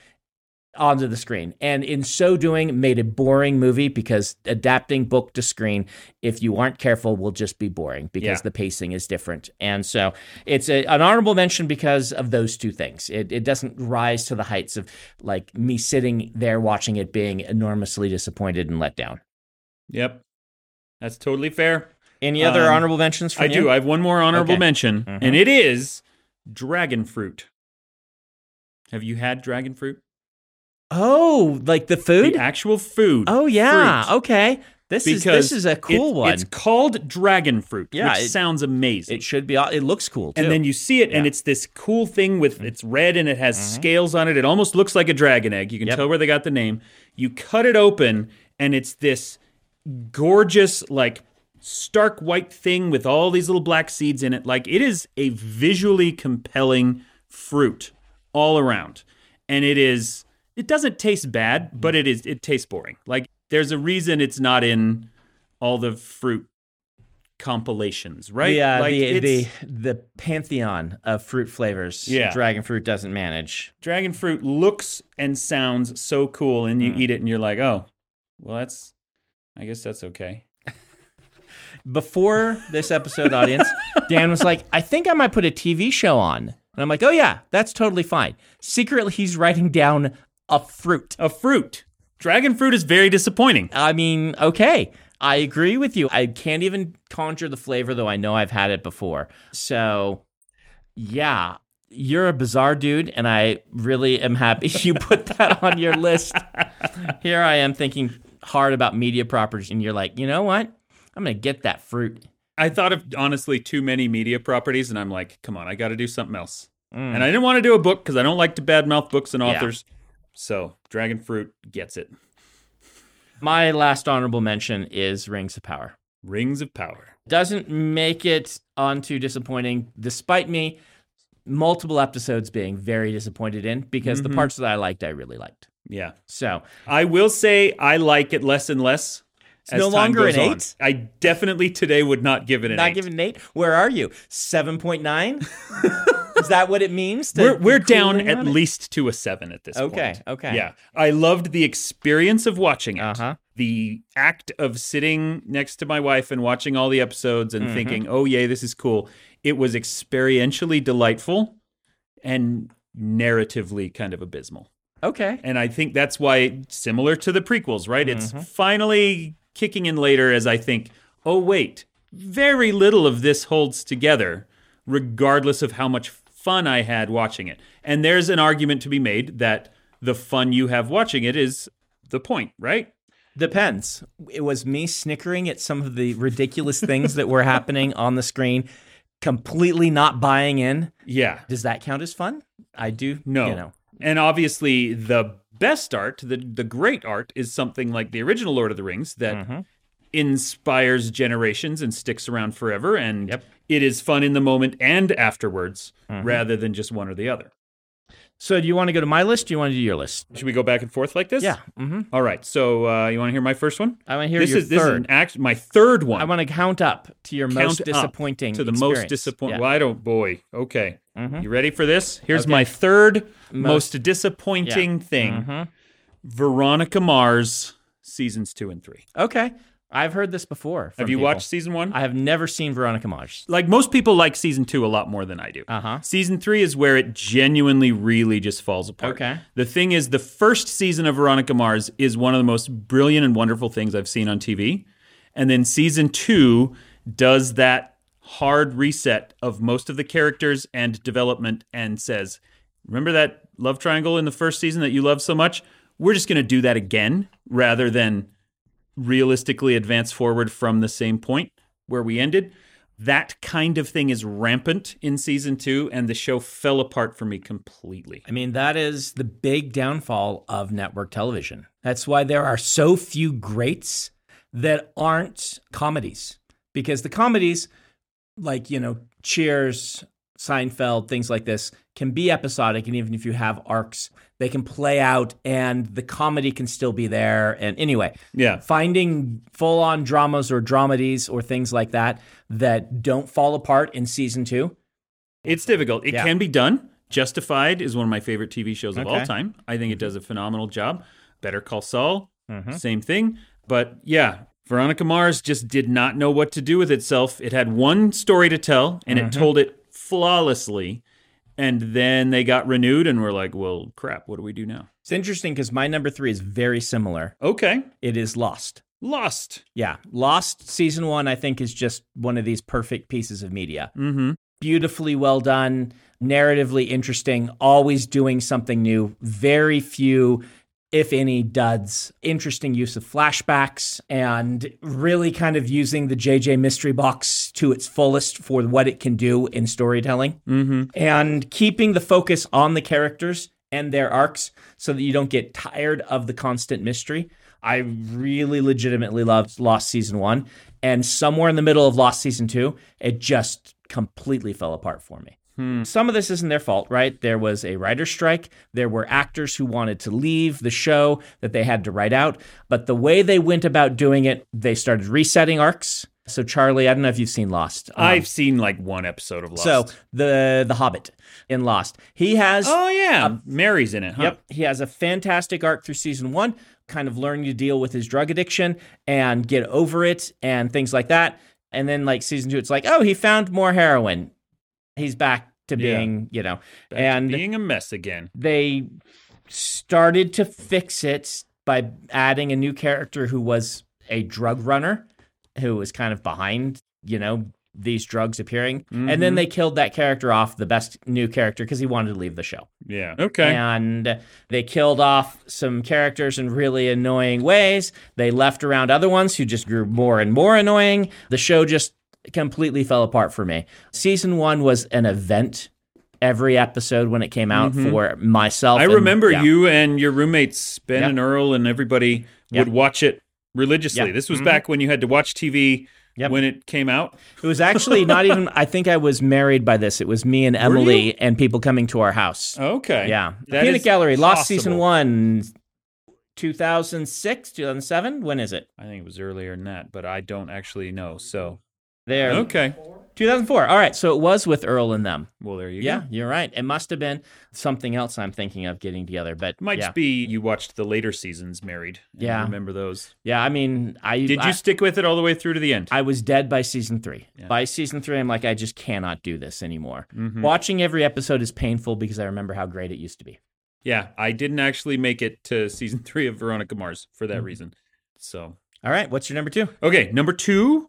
[SPEAKER 2] onto the screen. And in so doing, made a boring movie because adapting book to screen, if you aren't careful, will just be boring because
[SPEAKER 1] Yeah.
[SPEAKER 2] the pacing is different. And so it's a, an honorable mention because of those two things. It, it doesn't rise to the heights of like me sitting there watching it being enormously disappointed and let down.
[SPEAKER 1] Yep. That's totally fair.
[SPEAKER 2] Any other
[SPEAKER 1] Um,
[SPEAKER 2] honorable mentions for
[SPEAKER 1] I do. I have one more honorable
[SPEAKER 2] Okay.
[SPEAKER 1] mention,
[SPEAKER 2] Mhm.
[SPEAKER 1] and it is dragon fruit. Have you had dragon fruit?
[SPEAKER 2] oh, like the food?
[SPEAKER 1] The actual food.
[SPEAKER 2] oh yeah. Okay. This
[SPEAKER 1] Because
[SPEAKER 2] is this is a cool
[SPEAKER 1] it-
[SPEAKER 2] one.
[SPEAKER 1] It's called dragon fruit,
[SPEAKER 2] Yeah,
[SPEAKER 1] which
[SPEAKER 2] it-
[SPEAKER 1] sounds amazing.
[SPEAKER 2] it should be. It looks cool too. Mm-hmm.
[SPEAKER 1] and then you see it, and it's this cool thing with it's red and it has scales on it. It almost looks like a dragon egg. You can
[SPEAKER 2] Yep.
[SPEAKER 1] tell where they got the name. You cut it open, and it's this gorgeous, like stark white thing with all these little black seeds in it. Like it is a visually compelling fruit all around, and it is. It doesn't taste bad,
[SPEAKER 2] Mm-hmm.
[SPEAKER 1] but it is. It tastes boring. Like there's a reason it's not in all the fruit compilations, right?
[SPEAKER 2] Yeah,
[SPEAKER 1] like
[SPEAKER 2] the,
[SPEAKER 1] it's-
[SPEAKER 2] the the pantheon of fruit flavors.
[SPEAKER 1] Yeah.
[SPEAKER 2] dragon fruit doesn't manage.
[SPEAKER 1] dragon fruit looks and sounds so cool and you
[SPEAKER 2] Hmm.
[SPEAKER 1] eat it and you're like oh well that's i guess that's okay
[SPEAKER 2] Before this episode, audience, Dan was like, "I think I might put a TV show on," and I'm like, "Oh yeah, that's totally fine." Secretly, he's writing down a fruit.
[SPEAKER 1] a fruit dragon fruit is very disappointing
[SPEAKER 2] I mean, okay, I agree with you. I can't even conjure the flavor, though I know I've had it before. So, yeah. You're a bizarre dude, and I really am happy you put that on your list. Here I am thinking hard about media properties, and you're like, you know what? I'm gonna get that fruit.
[SPEAKER 1] i thought of honestly too many media properties and i'm like come on i gotta do something else
[SPEAKER 2] Hmm.
[SPEAKER 1] and i didn't want to do a book because i don't like to badmouth books and authors so dragon fruit gets it
[SPEAKER 2] My last honorable mention is Rings of Power.
[SPEAKER 1] rings of power
[SPEAKER 2] doesn't make it onto disappointing, despite me multiple episodes being very disappointed in because
[SPEAKER 1] Mm-hmm.
[SPEAKER 2] the parts that I liked, I really liked.
[SPEAKER 1] yeah
[SPEAKER 2] So
[SPEAKER 1] i will say i like it less and less it's
[SPEAKER 2] no longer an eight?
[SPEAKER 1] i definitely today would not give it an
[SPEAKER 2] not
[SPEAKER 1] eight
[SPEAKER 2] giving Nate, where are you? Seven point nine? Is that what it means? to
[SPEAKER 1] we're
[SPEAKER 2] be
[SPEAKER 1] we're
[SPEAKER 2] cool
[SPEAKER 1] down
[SPEAKER 2] and
[SPEAKER 1] at
[SPEAKER 2] on it?
[SPEAKER 1] least to a seven at this
[SPEAKER 2] Okay,
[SPEAKER 1] point.
[SPEAKER 2] okay.
[SPEAKER 1] Yeah. I loved the experience of watching it.
[SPEAKER 2] Uh-huh.
[SPEAKER 1] The act of sitting next to my wife and watching all the episodes
[SPEAKER 2] Mm-hmm.
[SPEAKER 1] and thinking, oh, yay, this is cool. It was experientially delightful and narratively kind of abysmal.
[SPEAKER 2] Okay.
[SPEAKER 1] And I think that's why, similar to the prequels, right? It's finally kicking in later as I think, oh, wait, very little of this holds together, regardless of how much fun I had watching it. And there's an argument to be made that the fun you have watching it is the point, right?
[SPEAKER 2] Depends. It was me snickering at some of the ridiculous things that were happening on the screen, completely not buying in.
[SPEAKER 1] Yeah.
[SPEAKER 2] Does that count as fun? I do.
[SPEAKER 1] No.
[SPEAKER 2] You know.
[SPEAKER 1] And obviously, the best art, the, the great art, is something like the original Lord of the Rings that
[SPEAKER 2] Mm-hmm.
[SPEAKER 1] inspires generations and sticks around forever. And
[SPEAKER 2] Yep. Mm-hmm.
[SPEAKER 1] it is fun in the moment and afterwards rather than just one or the other.
[SPEAKER 2] So do you want to go to my list? Do you want to do your list?
[SPEAKER 1] Should we go back and forth like this?
[SPEAKER 2] Yeah. Mm-hmm.
[SPEAKER 1] All right. So, uh, you want to hear my first one?
[SPEAKER 2] I want to hear
[SPEAKER 1] this
[SPEAKER 2] your
[SPEAKER 1] is, This is
[SPEAKER 2] third.
[SPEAKER 1] an act, my third one.
[SPEAKER 2] I want to count up to your
[SPEAKER 1] Count
[SPEAKER 2] most
[SPEAKER 1] up
[SPEAKER 2] disappointing.
[SPEAKER 1] to the most
[SPEAKER 2] experience.
[SPEAKER 1] disappointing.
[SPEAKER 2] Yeah.
[SPEAKER 1] Well, I don't, boy. Okay.
[SPEAKER 2] Mhm.
[SPEAKER 1] You ready for this? Here's
[SPEAKER 2] Okay.
[SPEAKER 1] my third
[SPEAKER 2] Most-
[SPEAKER 1] most, disappointing thing
[SPEAKER 2] Mhm.
[SPEAKER 1] Veronica Mars, seasons two and three.
[SPEAKER 2] Okay, I've heard this before. from
[SPEAKER 1] Have you
[SPEAKER 2] people.
[SPEAKER 1] watched season one?
[SPEAKER 2] I have never seen Veronica Mars.
[SPEAKER 1] like most people like season two a lot more than I do.
[SPEAKER 2] Uh huh.
[SPEAKER 1] Season three is where it genuinely really just falls apart.
[SPEAKER 2] Okay.
[SPEAKER 1] The thing is, the first season of Veronica Mars is one of the most brilliant and wonderful things I've seen on TV. And then season two does that hard reset of most of the characters and development and says, Remember that love triangle in the first season that you loved so much? We're just going to do that again rather than realistically advance forward from the same point where we ended. That kind of thing is rampant in season two, and the show fell apart for me completely.
[SPEAKER 2] I mean, that is the big downfall of network television. That's why there are so few greats that aren't comedies because the comedies, like you know, Cheers, Seinfeld, things like this, can be episodic, and even if you have arcs, they can play out, and the comedy can still be there. And anyway,
[SPEAKER 1] Yeah.
[SPEAKER 2] finding full on dramas or dramedies or things like that that don't fall apart in season two.
[SPEAKER 1] It's difficult. It
[SPEAKER 2] Yeah.
[SPEAKER 1] can be done. Justified is one of my favorite TV shows of all
[SPEAKER 2] Okay. Mm-hmm.
[SPEAKER 1] time. I think it does a phenomenal job. Better Call Saul,
[SPEAKER 2] Mhm.
[SPEAKER 1] same thing. But yeah, Veronica Mars just did not know what to do with itself. It had one story to tell and
[SPEAKER 2] Mm-hmm.
[SPEAKER 1] it told it flawlessly. And then they got renewed and we're like, well, crap, what do we do now?
[SPEAKER 2] It's interesting because my number three is very similar.
[SPEAKER 1] Okay,
[SPEAKER 2] It is Lost.
[SPEAKER 1] Lost.
[SPEAKER 2] Yeah. Lost season one, I think, is just one of these perfect pieces of media.
[SPEAKER 1] Mm-hmm.
[SPEAKER 2] Beautifully well done, narratively interesting, always doing something new, very few, if any, duds, interesting use of flashbacks, and really kind of using the JJ Mystery Box to its fullest for what it can do in storytelling
[SPEAKER 1] Mm-hmm.
[SPEAKER 2] and keeping the focus on the characters and their arcs so that you don't get tired of the constant mystery. I really legitimately loved Lost Season 1 and somewhere in the middle of Lost Season 2, it just completely fell apart for me.
[SPEAKER 1] Hmm.
[SPEAKER 2] Some of this isn't their fault, right? There was a writer's strike. There were actors who wanted to leave the show that they had to write out. But the way they went about doing it, they started resetting arcs. So, Charlie, I don't know if you've seen Lost. Um,
[SPEAKER 1] I've seen like one episode of Lost.
[SPEAKER 2] so the the Hobbit in Lost, he has
[SPEAKER 1] oh yeah, Mary's in it. Huh?
[SPEAKER 2] um, yep he has a fantastic arc through season one, kind of learning to deal with his drug addiction and get over it and things like that. And then like season two, it's like oh he found more heroin, he's back to
[SPEAKER 1] Yeah.
[SPEAKER 2] being you know,
[SPEAKER 1] Back to
[SPEAKER 2] and
[SPEAKER 1] being a mess again.
[SPEAKER 2] they started to fix it by adding a new character who was a drug runner who was kind of behind you know these drugs appearing and
[SPEAKER 1] Mm-hmm.
[SPEAKER 2] then they killed that character off the best new character because he wanted to leave the show
[SPEAKER 1] Yeah. Okay.
[SPEAKER 2] and they killed off some characters in really annoying ways they left around other ones who just grew more and more annoying the show just completely fell apart for me season one was an event every episode when it came out for myself
[SPEAKER 1] Mm-hmm. I
[SPEAKER 2] and-
[SPEAKER 1] remember
[SPEAKER 2] yeah.
[SPEAKER 1] you and your roommates Ben
[SPEAKER 2] Yep.
[SPEAKER 1] and Earl and everybody
[SPEAKER 2] Yep.
[SPEAKER 1] would watch it religiously.
[SPEAKER 2] Yep. Mm-hmm.
[SPEAKER 1] This was back when you had to watch TV
[SPEAKER 2] Yep.
[SPEAKER 1] when it came out.
[SPEAKER 2] It was actually not even. I think I was married by this. It was me and
[SPEAKER 1] you?
[SPEAKER 2] Emily and people coming to our house.
[SPEAKER 1] Okay.
[SPEAKER 2] yeah, the
[SPEAKER 1] That
[SPEAKER 2] Peanut
[SPEAKER 1] is
[SPEAKER 2] Gallery lost
[SPEAKER 1] possible.
[SPEAKER 2] season one, two thousand six, two thousand seven. When is it?
[SPEAKER 1] I think it was earlier than that, but I don't actually know. So
[SPEAKER 2] There,
[SPEAKER 1] okay.
[SPEAKER 2] two thousand four. All right, so it was with Earl and them.
[SPEAKER 1] Well, there you
[SPEAKER 2] Yeah,
[SPEAKER 1] go.
[SPEAKER 2] you're right. It must have been something else. I'm thinking of getting together, but
[SPEAKER 1] It might
[SPEAKER 2] yeah,
[SPEAKER 1] just be you watched the later seasons married. and
[SPEAKER 2] Yeah.
[SPEAKER 1] Remember those?
[SPEAKER 2] yeah. I mean, I
[SPEAKER 1] Did you
[SPEAKER 2] I,
[SPEAKER 1] stick with it all the way through to the end?
[SPEAKER 2] I was dead by season three.
[SPEAKER 1] Yeah.
[SPEAKER 2] By season three, I'm like, I just cannot do this anymore.
[SPEAKER 1] Mhm.
[SPEAKER 2] Watching every episode is painful because I remember how great it used to be.
[SPEAKER 1] yeah. I didn't actually make it to season three of Veronica Mars for
[SPEAKER 2] Mm-hmm.
[SPEAKER 1] that reason. So
[SPEAKER 2] All right, what's your number two?
[SPEAKER 1] okay, number two,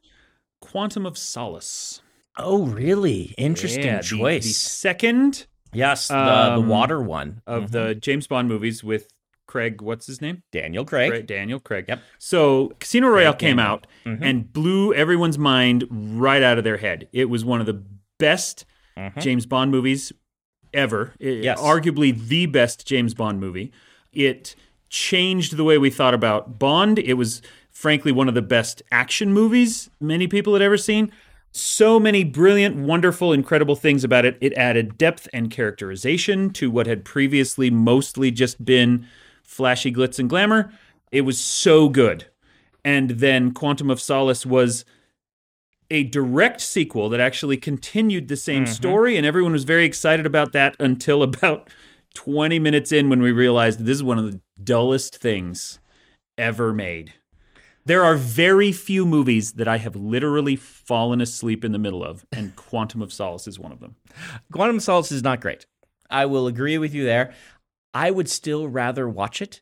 [SPEAKER 1] Quantum of Solace.
[SPEAKER 2] Oh, really? Interesting
[SPEAKER 1] Yeah, the- the
[SPEAKER 2] choice.
[SPEAKER 1] second
[SPEAKER 2] yes, the,
[SPEAKER 1] um,
[SPEAKER 2] the water one
[SPEAKER 1] of
[SPEAKER 2] Mhm.
[SPEAKER 1] the James Bond movies with Craig, what's his name?
[SPEAKER 2] Daniel Craig.
[SPEAKER 1] Craig- Daniel Craig.
[SPEAKER 2] Yep.
[SPEAKER 1] So Casino Royale came
[SPEAKER 2] Daniel. Mm-hmm.
[SPEAKER 1] out and blew everyone's mind right out of their head. It was one of the best
[SPEAKER 2] Mhm.
[SPEAKER 1] James Bond movies ever. It-
[SPEAKER 2] Yes.
[SPEAKER 1] Arguably the best James Bond movie. It changed the way we thought about Bond. It was, frankly, one of the best action movies many people had ever seen. So many brilliant, wonderful, incredible things about it. It added depth and characterization to what had previously mostly just been flashy glitz and glamour. It was so good. And then Quantum of Solace was a direct sequel that actually continued the same
[SPEAKER 2] Mm-hmm.
[SPEAKER 1] story, and everyone was very excited about that until about 20 minutes in when we realized this is one of the dullest things ever made. There are very few movies that I have literally fallen asleep in the middle of, and Quantum of Solace is one of them.
[SPEAKER 2] Quantum of Solace is not great. I will agree with you there. I would still rather watch it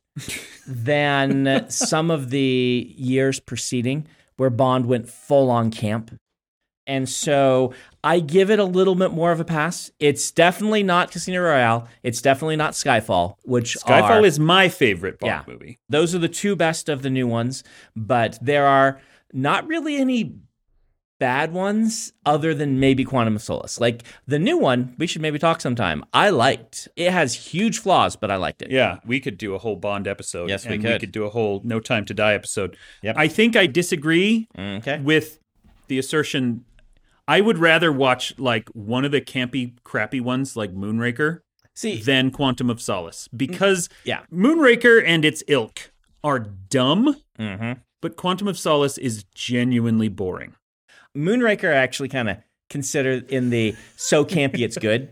[SPEAKER 2] than some of the years preceding where Bond went full on camp. And so I give it a little bit more of a pass. It's definitely not Casino Royale. It's definitely not Skyfall, which
[SPEAKER 1] Skyfall
[SPEAKER 2] are,
[SPEAKER 1] is my favorite Bond
[SPEAKER 2] Yeah.
[SPEAKER 1] movie.
[SPEAKER 2] Those are the two best of the new ones, but there are not really any bad ones other than maybe Quantum of Solace. Like the new one, we should maybe talk sometime. I liked. It has huge flaws, but I liked it.
[SPEAKER 1] Yeah, we could do a whole Bond episode.
[SPEAKER 2] Yes, we
[SPEAKER 1] and
[SPEAKER 2] could.
[SPEAKER 1] We could do a whole No Time to Die episode.
[SPEAKER 2] Yep.
[SPEAKER 1] I think I disagree
[SPEAKER 2] Okay.
[SPEAKER 1] with the assertion I would rather watch like one of the campy, crappy ones like Moonraker
[SPEAKER 2] See,
[SPEAKER 1] than Quantum of Solace because
[SPEAKER 2] yeah.
[SPEAKER 1] Moonraker and its ilk are dumb,
[SPEAKER 2] Mm-hmm.
[SPEAKER 1] but Quantum of Solace is genuinely boring.
[SPEAKER 2] Moonraker I actually kind of considered in the so campy it's good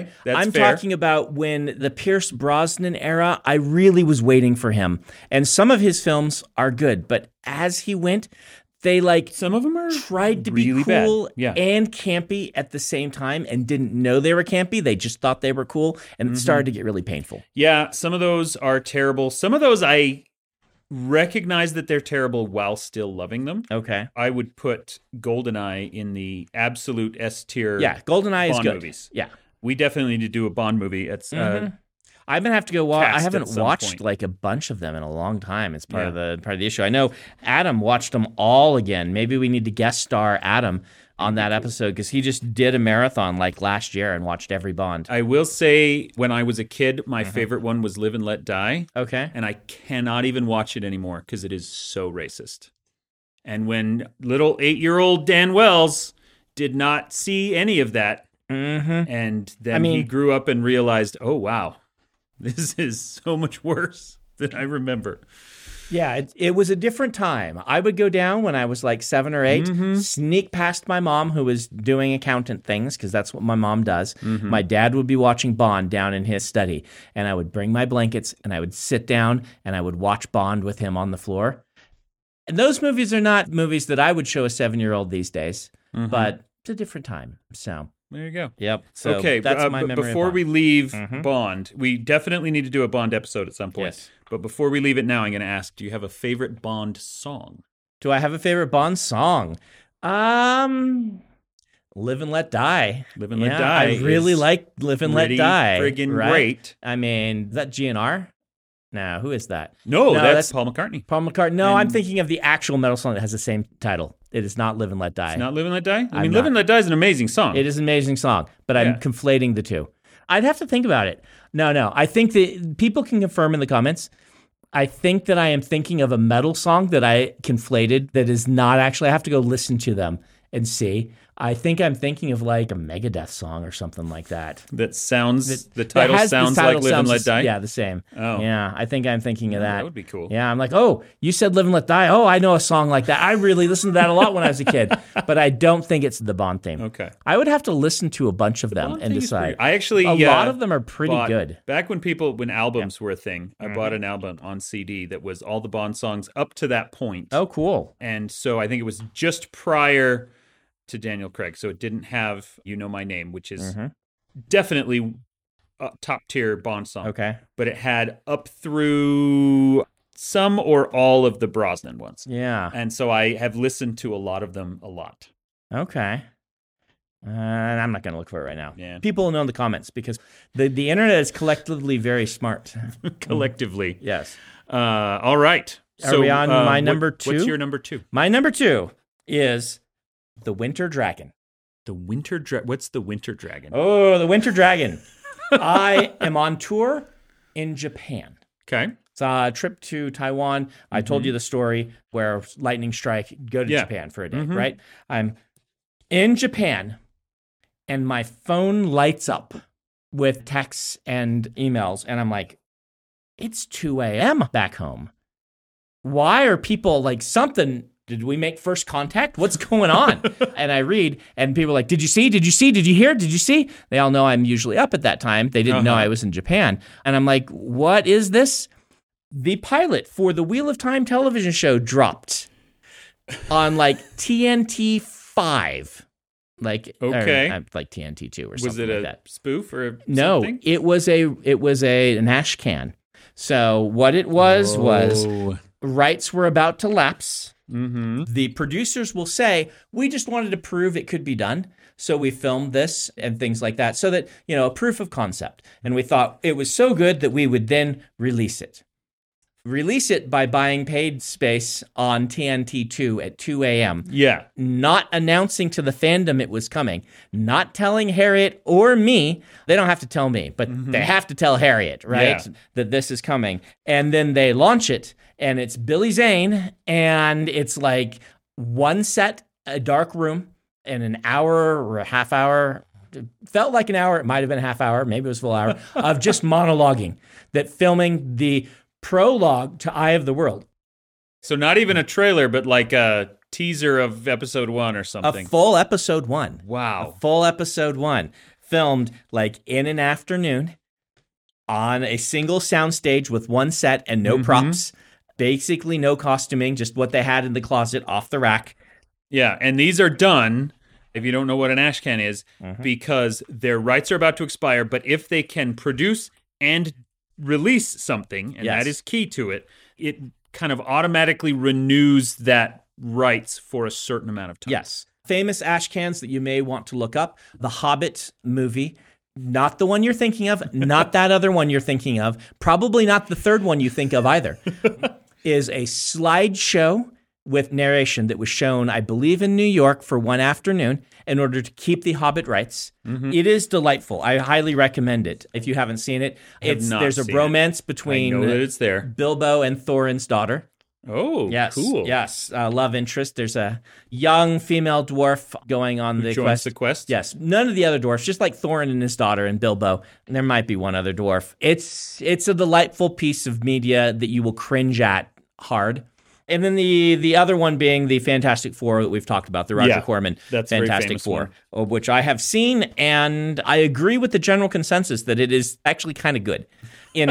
[SPEAKER 1] Okay, that's
[SPEAKER 2] I'm
[SPEAKER 1] fair.
[SPEAKER 2] talking about when the Pierce Brosnan era, I really was waiting for him. And some of his films are good, but as he went, they like
[SPEAKER 1] Some of them are
[SPEAKER 2] tried to
[SPEAKER 1] really
[SPEAKER 2] be cool
[SPEAKER 1] bad. Yeah.
[SPEAKER 2] and campy at the same time and didn't know they were campy. They just thought they were cool and
[SPEAKER 1] Mm-hmm.
[SPEAKER 2] it started to get really painful.
[SPEAKER 1] Yeah, some of those are terrible. Some of those I recognize that they're terrible while still loving them.
[SPEAKER 2] Okay.
[SPEAKER 1] I would put Goldeneye in the absolute S tier.
[SPEAKER 2] Yeah, GoldenEye is
[SPEAKER 1] Bond
[SPEAKER 2] good.
[SPEAKER 1] movies.
[SPEAKER 2] Yeah.
[SPEAKER 1] We definitely need to do a Bond movie. It's uh,
[SPEAKER 2] Mm-hmm. I'm gonna have to go watch. I
[SPEAKER 1] cast at
[SPEAKER 2] haven't
[SPEAKER 1] some
[SPEAKER 2] watched
[SPEAKER 1] point.
[SPEAKER 2] like a bunch of them in a long time. It's part of the part of the issue. I know Adam watched them all again. Maybe we need to guest star Adam on that episode because he just did a marathon like last year and watched every Bond.
[SPEAKER 1] I will say when I was a kid, my
[SPEAKER 2] Mm-hmm.
[SPEAKER 1] favorite one was Live and Let Die,
[SPEAKER 2] Okay.
[SPEAKER 1] and I cannot even watch it anymore because it is so racist. And when little 8-year-old Dan Wells did not see any of that,
[SPEAKER 2] Mm-hmm.
[SPEAKER 1] and then
[SPEAKER 2] I mean-
[SPEAKER 1] he grew up and realized, oh wow, this is so much worse than I remember.
[SPEAKER 2] Yeah, it, it was a different time. I would go down when I was like seven or 8 sneak past my mom who was doing accountant things because that's what my mom does. My dad would be watching Bond down in his study, and I would bring my blankets and I would sit down and I would watch Bond with him on the floor. And those movies are not movies that I would show a seven year old these days, but it's a different time. So,
[SPEAKER 1] There you go.
[SPEAKER 2] Mm-hmm. yep. So
[SPEAKER 1] okay,
[SPEAKER 2] that's
[SPEAKER 1] uh,
[SPEAKER 2] my
[SPEAKER 1] b-
[SPEAKER 2] memory. of
[SPEAKER 1] before
[SPEAKER 2] Bond.
[SPEAKER 1] we leave
[SPEAKER 2] Mhm.
[SPEAKER 1] Bond, we definitely need to do a Bond episode at some point.
[SPEAKER 2] Yes.
[SPEAKER 1] But before we leave it now, I'm going to ask: Do you have a favorite Bond song?
[SPEAKER 2] Do I have a favorite Bond song? Um, Live and Let Die.
[SPEAKER 1] Live and Let
[SPEAKER 2] Yeah,
[SPEAKER 1] Die
[SPEAKER 2] I really
[SPEAKER 1] is
[SPEAKER 2] like Live and Let
[SPEAKER 1] Pretty
[SPEAKER 2] Die.
[SPEAKER 1] friggin'
[SPEAKER 2] right?
[SPEAKER 1] great.
[SPEAKER 2] I mean, is that GNR? No, who is that?
[SPEAKER 1] No,
[SPEAKER 2] No,
[SPEAKER 1] that's,
[SPEAKER 2] that's-
[SPEAKER 1] Paul McCartney.
[SPEAKER 2] Paul McCartney. No, I'm
[SPEAKER 1] And-
[SPEAKER 2] thinking of the actual metal song that has the same title. It is not Live and Let Die.
[SPEAKER 1] It's not Live and Let Die. I
[SPEAKER 2] I'm
[SPEAKER 1] mean, Live
[SPEAKER 2] not-
[SPEAKER 1] and Let Die is an amazing song.
[SPEAKER 2] It is an amazing song, but I'm
[SPEAKER 1] Yeah.
[SPEAKER 2] conflating the two. I'd have to think about it. No, no. I think that people can confirm in the comments. I think that I am thinking of a metal song that I conflated that is not actually, I have to go listen to them and see. I think I'm thinking of like a Megadeth song or something like that.
[SPEAKER 1] That sounds. the
[SPEAKER 2] That
[SPEAKER 1] title
[SPEAKER 2] has- the
[SPEAKER 1] sounds
[SPEAKER 2] title
[SPEAKER 1] like Live and
[SPEAKER 2] sounds
[SPEAKER 1] Let
[SPEAKER 2] the s-
[SPEAKER 1] Die.
[SPEAKER 2] Yeah, the same.
[SPEAKER 1] Oh.
[SPEAKER 2] Yeah, I think I'm thinking of that.
[SPEAKER 1] that would be cool.
[SPEAKER 2] Yeah, I'm like, oh, you said Live and Let Die. Oh, I know a song like that. I really listened to that a lot when I was a kid, but I don't think it's the Bond theme.
[SPEAKER 1] Okay.
[SPEAKER 2] I would have to listen to a bunch of them
[SPEAKER 1] Bond
[SPEAKER 2] and
[SPEAKER 1] thing is pretty-
[SPEAKER 2] decide.
[SPEAKER 1] I uh, actually
[SPEAKER 2] a
[SPEAKER 1] yeah,
[SPEAKER 2] lot of them are pretty
[SPEAKER 1] bought-
[SPEAKER 2] good. Mm-hmm.
[SPEAKER 1] Back when people when albums were a thing, I bought an album on CD that was all the Bond songs up to that point.
[SPEAKER 2] Oh, cool.
[SPEAKER 1] And so I think it was just prior to Daniel Craig, so it didn't have "You Know My Name," which is
[SPEAKER 2] Mhm.
[SPEAKER 1] definitely a top tier Bond song.
[SPEAKER 2] Okay.
[SPEAKER 1] but it had up through some or all of the Brosnan ones.
[SPEAKER 2] Yeah.
[SPEAKER 1] And so I have listened to a lot of them a lot.
[SPEAKER 2] Okay. Uh, and I'm not going to look for it right now.
[SPEAKER 1] Yeah.
[SPEAKER 2] People know in the comments because the, the internet is collectively very smart.
[SPEAKER 1] collectively.
[SPEAKER 2] yes.
[SPEAKER 1] Uh, all right.
[SPEAKER 2] Mm-hmm.
[SPEAKER 1] uh,
[SPEAKER 2] Are we on my
[SPEAKER 1] what-
[SPEAKER 2] number
[SPEAKER 1] What's
[SPEAKER 2] two?
[SPEAKER 1] your number two?
[SPEAKER 2] My number two is The Winter Dragon.
[SPEAKER 1] The Winter Dragon. What's the Winter Dragon?
[SPEAKER 2] Oh, The Winter Dragon. I am on tour in Japan.
[SPEAKER 1] Okay.
[SPEAKER 2] It's a uh, trip to Taiwan. I told you the story where lightning strike go to
[SPEAKER 1] Yeah.
[SPEAKER 2] Japan for a day, right? I'm in Japan and my phone lights up with texts and emails and I'm like it's 2 a.m. back home. Why are people like something did we make first contact? What's going on? and I read, and people are like, Did you see? Did you see? Did you hear? Did you see? They all know I'm usually up at that time. They didn't know
[SPEAKER 1] Uh-huh.
[SPEAKER 2] I was in Japan. And I'm like, What is this? the pilot for the Wheel of Time television show dropped on like TNT five, like or,
[SPEAKER 1] Okay.
[SPEAKER 2] uh, like TNT two or something
[SPEAKER 1] Was it
[SPEAKER 2] like
[SPEAKER 1] a
[SPEAKER 2] that.
[SPEAKER 1] spoof or
[SPEAKER 2] No,
[SPEAKER 1] something?
[SPEAKER 2] it was a it was a an ash can. So what it was was rights were about to lapse.
[SPEAKER 1] Mm-hmm.
[SPEAKER 2] Oh. The producers will say, "We just wanted to prove it could be done, so we filmed this and things like that, so that you know a proof of concept." And we thought it was so good that we would then release it release it by buying paid space on TNT2 at 2 a.m.,
[SPEAKER 1] Yeah.
[SPEAKER 2] not announcing to the fandom it was coming, not telling Harriet or me. They don't have to tell me, but they have to tell Harriet, right?
[SPEAKER 1] Yeah.
[SPEAKER 2] That this is coming. And then they launch it, and it's Billy Zane, and it's like one set a dark room and an hour or a half hour it felt like an hour it might have been a half hour maybe it was a full hour of just monologuing that filming the prologue to eye of the world
[SPEAKER 1] So not even a trailer, but like a teaser of episode one or
[SPEAKER 2] a
[SPEAKER 1] something.
[SPEAKER 2] full episode one
[SPEAKER 1] wow.
[SPEAKER 2] full episode one filmed like in an afternoon on a single soundstage with one set and no
[SPEAKER 1] Mhm.
[SPEAKER 2] props basically no costuming just what they had in the closet off the rack
[SPEAKER 1] Yeah, and these are done. If you don't know what an ash can is,
[SPEAKER 2] Mhm.
[SPEAKER 1] because their rights are about to expire, but if they can produce and release something, and
[SPEAKER 2] Yes.
[SPEAKER 1] that is key to it, it kind of automatically renews that rights for a certain amount of time.
[SPEAKER 2] Yes. Famous ash cans that you may want to look up. The Hobbit movie. Not the one you're thinking of, not that other one you're thinking of, probably not the third one you think of either, is a slideshow with narration that was shown, I believe, in New York for one afternoon in order to keep the Hobbit rights.
[SPEAKER 1] Mm-hmm.
[SPEAKER 2] It is delightful. I highly recommend it if you haven't seen it.
[SPEAKER 1] have
[SPEAKER 2] It's
[SPEAKER 1] not
[SPEAKER 2] there's a
[SPEAKER 1] seen it.
[SPEAKER 2] bromance
[SPEAKER 1] I know that
[SPEAKER 2] between
[SPEAKER 1] it's there.
[SPEAKER 2] Bilbo and Thorin's daughter.
[SPEAKER 1] Oh,
[SPEAKER 2] Yes.
[SPEAKER 1] cool.
[SPEAKER 2] Yes. Uh, love interest. There's a young female dwarf going on the
[SPEAKER 1] Joins
[SPEAKER 2] quest.
[SPEAKER 1] the quest.
[SPEAKER 2] yes. None of the other dwarfs, just like Thorin and his daughter and Bilbo. And there might be one other dwarf. It's it's a delightful piece of media that you will cringe at hard. And then the the other one being the Fantastic Four that we've talked about, the Roger
[SPEAKER 1] Yeah,
[SPEAKER 2] Corman
[SPEAKER 1] that's a very
[SPEAKER 2] Fantastic
[SPEAKER 1] famous
[SPEAKER 2] Four, of which I have seen, and I agree with the general consensus that it is actually kind of good in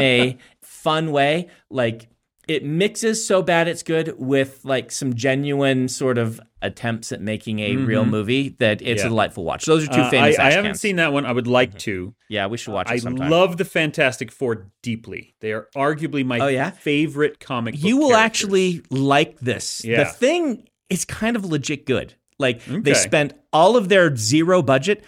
[SPEAKER 2] a fun way. Like it mixes so bad it's good with like some genuine sort of attempts at making a real movie that it's
[SPEAKER 1] Mm-hmm. Yeah.
[SPEAKER 2] a delightful watch. Those are two
[SPEAKER 1] Uh,
[SPEAKER 2] famous.
[SPEAKER 1] I, I
[SPEAKER 2] ash
[SPEAKER 1] haven't
[SPEAKER 2] cans. Mm-hmm.
[SPEAKER 1] seen that one. I would like to.
[SPEAKER 2] Yeah, we should watch it
[SPEAKER 1] I
[SPEAKER 2] sometime.
[SPEAKER 1] love the Fantastic Four deeply. They are arguably my
[SPEAKER 2] Oh, yeah?
[SPEAKER 1] favorite comic. book
[SPEAKER 2] you will
[SPEAKER 1] characters.
[SPEAKER 2] actually like this. The
[SPEAKER 1] Yeah.
[SPEAKER 2] thing is kind of legit good. Like they
[SPEAKER 1] Okay.
[SPEAKER 2] spent all of their zero budget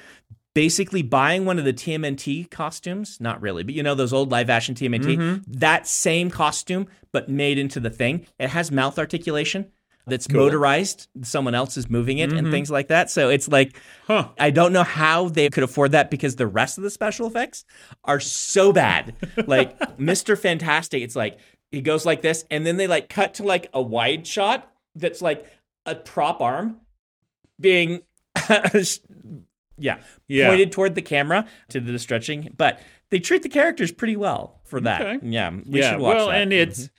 [SPEAKER 2] basically buying one of the TMNT costumes, not really, but you know those old live action TMNT,
[SPEAKER 1] Mm-hmm.
[SPEAKER 2] that same costume but made into the thing. It has mouth articulation that's motorized, someone else is moving it
[SPEAKER 1] Mm-hmm.
[SPEAKER 2] and things like that. So it's like
[SPEAKER 1] Huh.
[SPEAKER 2] I don't know how they could afford that because the rest of the special effects are so bad. Like Mr. Fantastic, it's like he goes like this, and then they like cut to like a wide shot that's like a prop arm being, yeah,
[SPEAKER 1] Yeah.
[SPEAKER 2] pointed toward the camera to the stretching. But they treat the characters pretty well for that.
[SPEAKER 1] Okay.
[SPEAKER 2] Yeah, we
[SPEAKER 1] yeah,
[SPEAKER 2] should watch
[SPEAKER 1] well,
[SPEAKER 2] that. Mm-hmm.
[SPEAKER 1] and it's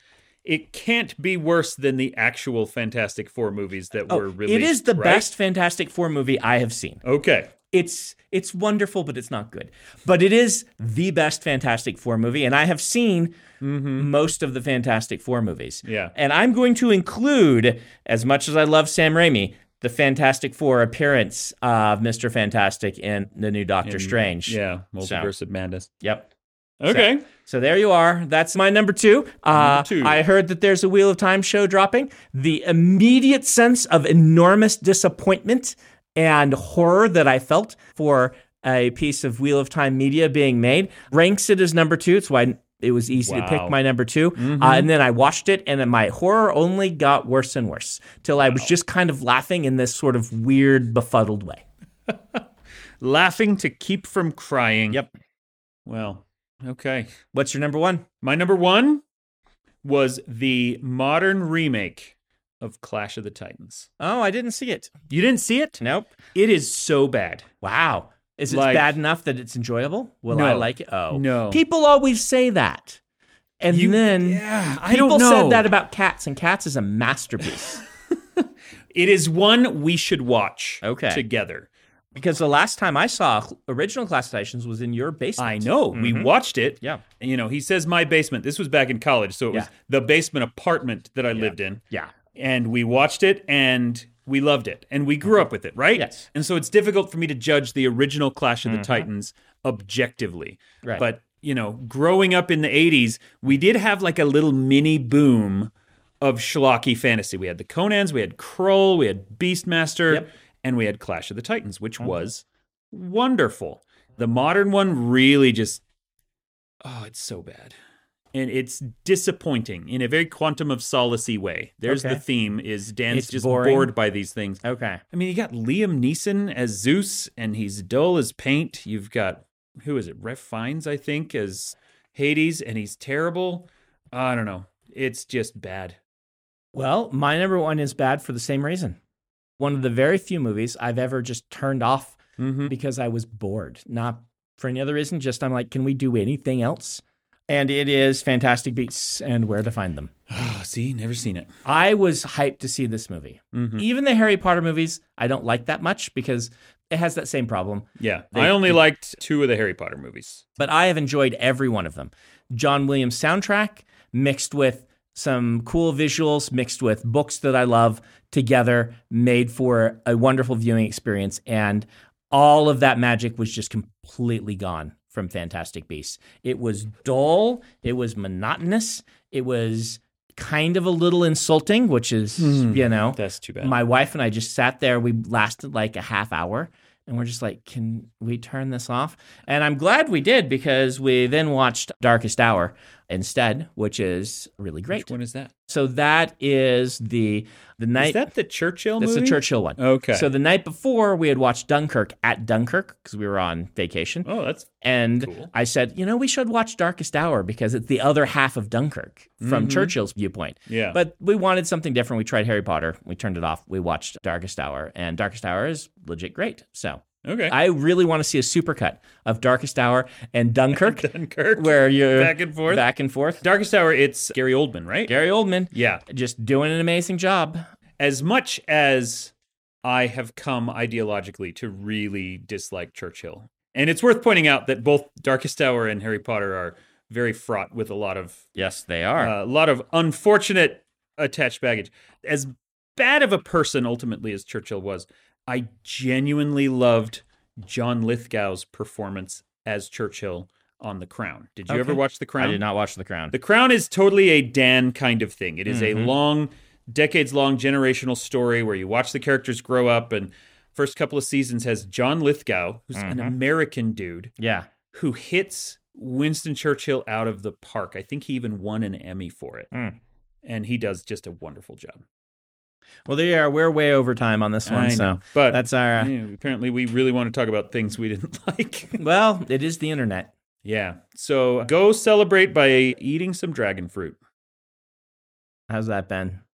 [SPEAKER 1] it can't be worse than the actual Fantastic Four movies that
[SPEAKER 2] Oh,
[SPEAKER 1] were released.
[SPEAKER 2] it is the
[SPEAKER 1] right?
[SPEAKER 2] best Fantastic Four movie I have seen.
[SPEAKER 1] Okay,
[SPEAKER 2] it's it's wonderful, but it's not good. But it is the best Fantastic Four movie, and I have seen most of the Fantastic Four movies.
[SPEAKER 1] Mm-hmm. Yeah.
[SPEAKER 2] and I'm going to include, as much as I love Sam Raimi, the Fantastic Four appearance of Mister Fantastic in the new Doctor Strange.
[SPEAKER 1] yeah, multiverse of madness.
[SPEAKER 2] Yep.
[SPEAKER 1] Okay,
[SPEAKER 2] So there you are. That's my number two. Uh,
[SPEAKER 1] Number two.
[SPEAKER 2] I heard that there's a Wheel of Time show dropping. The immediate sense of enormous disappointment and horror that I felt for a piece of Wheel of Time media being made ranks it as number two. It's why it was easy to pick
[SPEAKER 1] Wow. Mm-hmm.
[SPEAKER 2] my number 2 Uh, and then I watched it, and then my horror only got worse and worse till I was just kind of laughing in this sort of weird, befuddled way.
[SPEAKER 1] laughing to keep from crying.
[SPEAKER 2] Yep.
[SPEAKER 1] Well, okay.
[SPEAKER 2] What's your number one?
[SPEAKER 1] My number one was the modern remake of Clash of the Titans.
[SPEAKER 2] Oh, I didn't see it.
[SPEAKER 1] You didn't see it?
[SPEAKER 2] Nope.
[SPEAKER 1] It is so bad.
[SPEAKER 2] Wow. Is it
[SPEAKER 1] Like-
[SPEAKER 2] bad enough that it's enjoyable? Will I
[SPEAKER 1] No.
[SPEAKER 2] like it? Oh.
[SPEAKER 1] No.
[SPEAKER 2] People always say that. And
[SPEAKER 1] You-
[SPEAKER 2] then
[SPEAKER 1] yeah, I
[SPEAKER 2] people
[SPEAKER 1] don't know.
[SPEAKER 2] said that about Cats, and Cats is a masterpiece.
[SPEAKER 1] It is one we should watch
[SPEAKER 2] Okay.
[SPEAKER 1] together.
[SPEAKER 2] because the last time I saw original classifications was in your basement.
[SPEAKER 1] I know. We watched it.
[SPEAKER 2] Mm-hmm. Yeah.
[SPEAKER 1] You know, he says my basement. This was back in college, so it was
[SPEAKER 2] Yeah.
[SPEAKER 1] the basement apartment that I lived in.
[SPEAKER 2] Yeah.
[SPEAKER 1] And we watched it and we loved it and we grew up with it, right?
[SPEAKER 2] Yes. Mm-hmm.
[SPEAKER 1] And so it's difficult for me to judge the original Clash of the Titans objectively.
[SPEAKER 2] Right.
[SPEAKER 1] But, you know, growing up in the 80s, we did have like a little mini boom of schlocky fantasy. We had the Conans, we had Kroll, we had Beastmaster,
[SPEAKER 2] Yep. Mm-hmm.
[SPEAKER 1] and we had Clash of the Titans, which was wonderful. The modern one really just oh, it's so bad. And it's disappointing in a very quantum of solacey way. There's
[SPEAKER 2] Okay.
[SPEAKER 1] the theme is Dan's
[SPEAKER 2] It's
[SPEAKER 1] just
[SPEAKER 2] boring.
[SPEAKER 1] bored by these things.
[SPEAKER 2] Okay.
[SPEAKER 1] I mean, you got Liam Neeson as Zeus, and he's dull as paint. You've got who is it? Ref Fiennes, I think, as Hades, and he's terrible. I don't know. It's just bad.
[SPEAKER 2] Well, my number one is bad for the same reason. one of the very few movies I've ever just turned off
[SPEAKER 1] Mm-hmm.
[SPEAKER 2] because I was bored, not for any other reason. Just I'm like, can we do anything else? And it is Fantastic Beasts and Where to Find Them.
[SPEAKER 1] Oh, see, never seen it.
[SPEAKER 2] I was hyped to see this movie.
[SPEAKER 1] Mhm.
[SPEAKER 2] Even the Harry Potter movies, I don't like that much because it has that same problem.
[SPEAKER 1] Yeah,
[SPEAKER 2] They-
[SPEAKER 1] I only liked two of the Harry Potter movies.
[SPEAKER 2] But I have enjoyed every one of them. John Williams soundtrack mixed with some cool visuals, mixed with books that I love together, made for a wonderful viewing experience. And all of that magic was just completely gone from Fantastic Beasts. It was dull, it was monotonous, it was kind of a little insulting, which is, you know,
[SPEAKER 1] That's too bad.
[SPEAKER 2] my wife and I just sat there. We lasted like a half hour and we're just like, can we turn this off? And I'm glad we did because we then watched Darkest Hour instead, which is really great.
[SPEAKER 1] Which one is that?
[SPEAKER 2] So that is the the
[SPEAKER 1] Is
[SPEAKER 2] night
[SPEAKER 1] that the Churchill
[SPEAKER 2] that's
[SPEAKER 1] movie?
[SPEAKER 2] the Churchill one.
[SPEAKER 1] Okay.
[SPEAKER 2] So the night before we had watched Dunkirk at Dunkirk because we were on vacation.
[SPEAKER 1] oh, that's
[SPEAKER 2] And
[SPEAKER 1] Cool.
[SPEAKER 2] I said, you know, we should watch Darkest Hour because it's the other half of Dunkirk from Churchill's viewpoint.
[SPEAKER 1] Mm-hmm. yeah.
[SPEAKER 2] But we wanted something different. We tried Harry Potter. We turned it off. We watched Darkest Hour, and Darkest Hour is legit great. So
[SPEAKER 1] okay.
[SPEAKER 2] I really want to see a supercut of Darkest Hour and Dunkirk,
[SPEAKER 1] Dunkirk.
[SPEAKER 2] where you're
[SPEAKER 1] Back and forth.
[SPEAKER 2] back and forth.
[SPEAKER 1] Darkest Hour. It's Gary Oldman, right?
[SPEAKER 2] Gary Oldman
[SPEAKER 1] Yeah.
[SPEAKER 2] just doing an amazing job.
[SPEAKER 1] As much as I have come ideologically to really dislike Churchill, and it's worth pointing out that both Darkest Hour and Harry Potter are very fraught with a lot of
[SPEAKER 2] Yes, they are.
[SPEAKER 1] a lot of unfortunate attached baggage. As bad of a person ultimately as Churchill was, I genuinely loved John Lithgow's performance as Churchill on The Crown. Did you
[SPEAKER 2] Okay.
[SPEAKER 1] ever watch The Crown?
[SPEAKER 2] I did not watch The Crown.
[SPEAKER 1] The Crown is totally a Dan kind of thing. It is
[SPEAKER 2] Mm-hmm.
[SPEAKER 1] a long, decades long generational story where you watch the characters grow up and first couple of seasons has John Lithgow, who's an
[SPEAKER 2] Mm-hmm.
[SPEAKER 1] American dude
[SPEAKER 2] yeah.
[SPEAKER 1] who hits Winston Churchill out of the park. I think he even won an Emmy for it.
[SPEAKER 2] Mm.
[SPEAKER 1] And he does just a wonderful job.
[SPEAKER 2] Well, there you are. We're way over time on this one,
[SPEAKER 1] I
[SPEAKER 2] so
[SPEAKER 1] know, but-
[SPEAKER 2] that's our. uh,
[SPEAKER 1] Yeah, apparently, we really want to talk about things we didn't like.
[SPEAKER 2] well, it is the internet.
[SPEAKER 1] yeah. So go celebrate by eating some dragon fruit.
[SPEAKER 2] How's that been?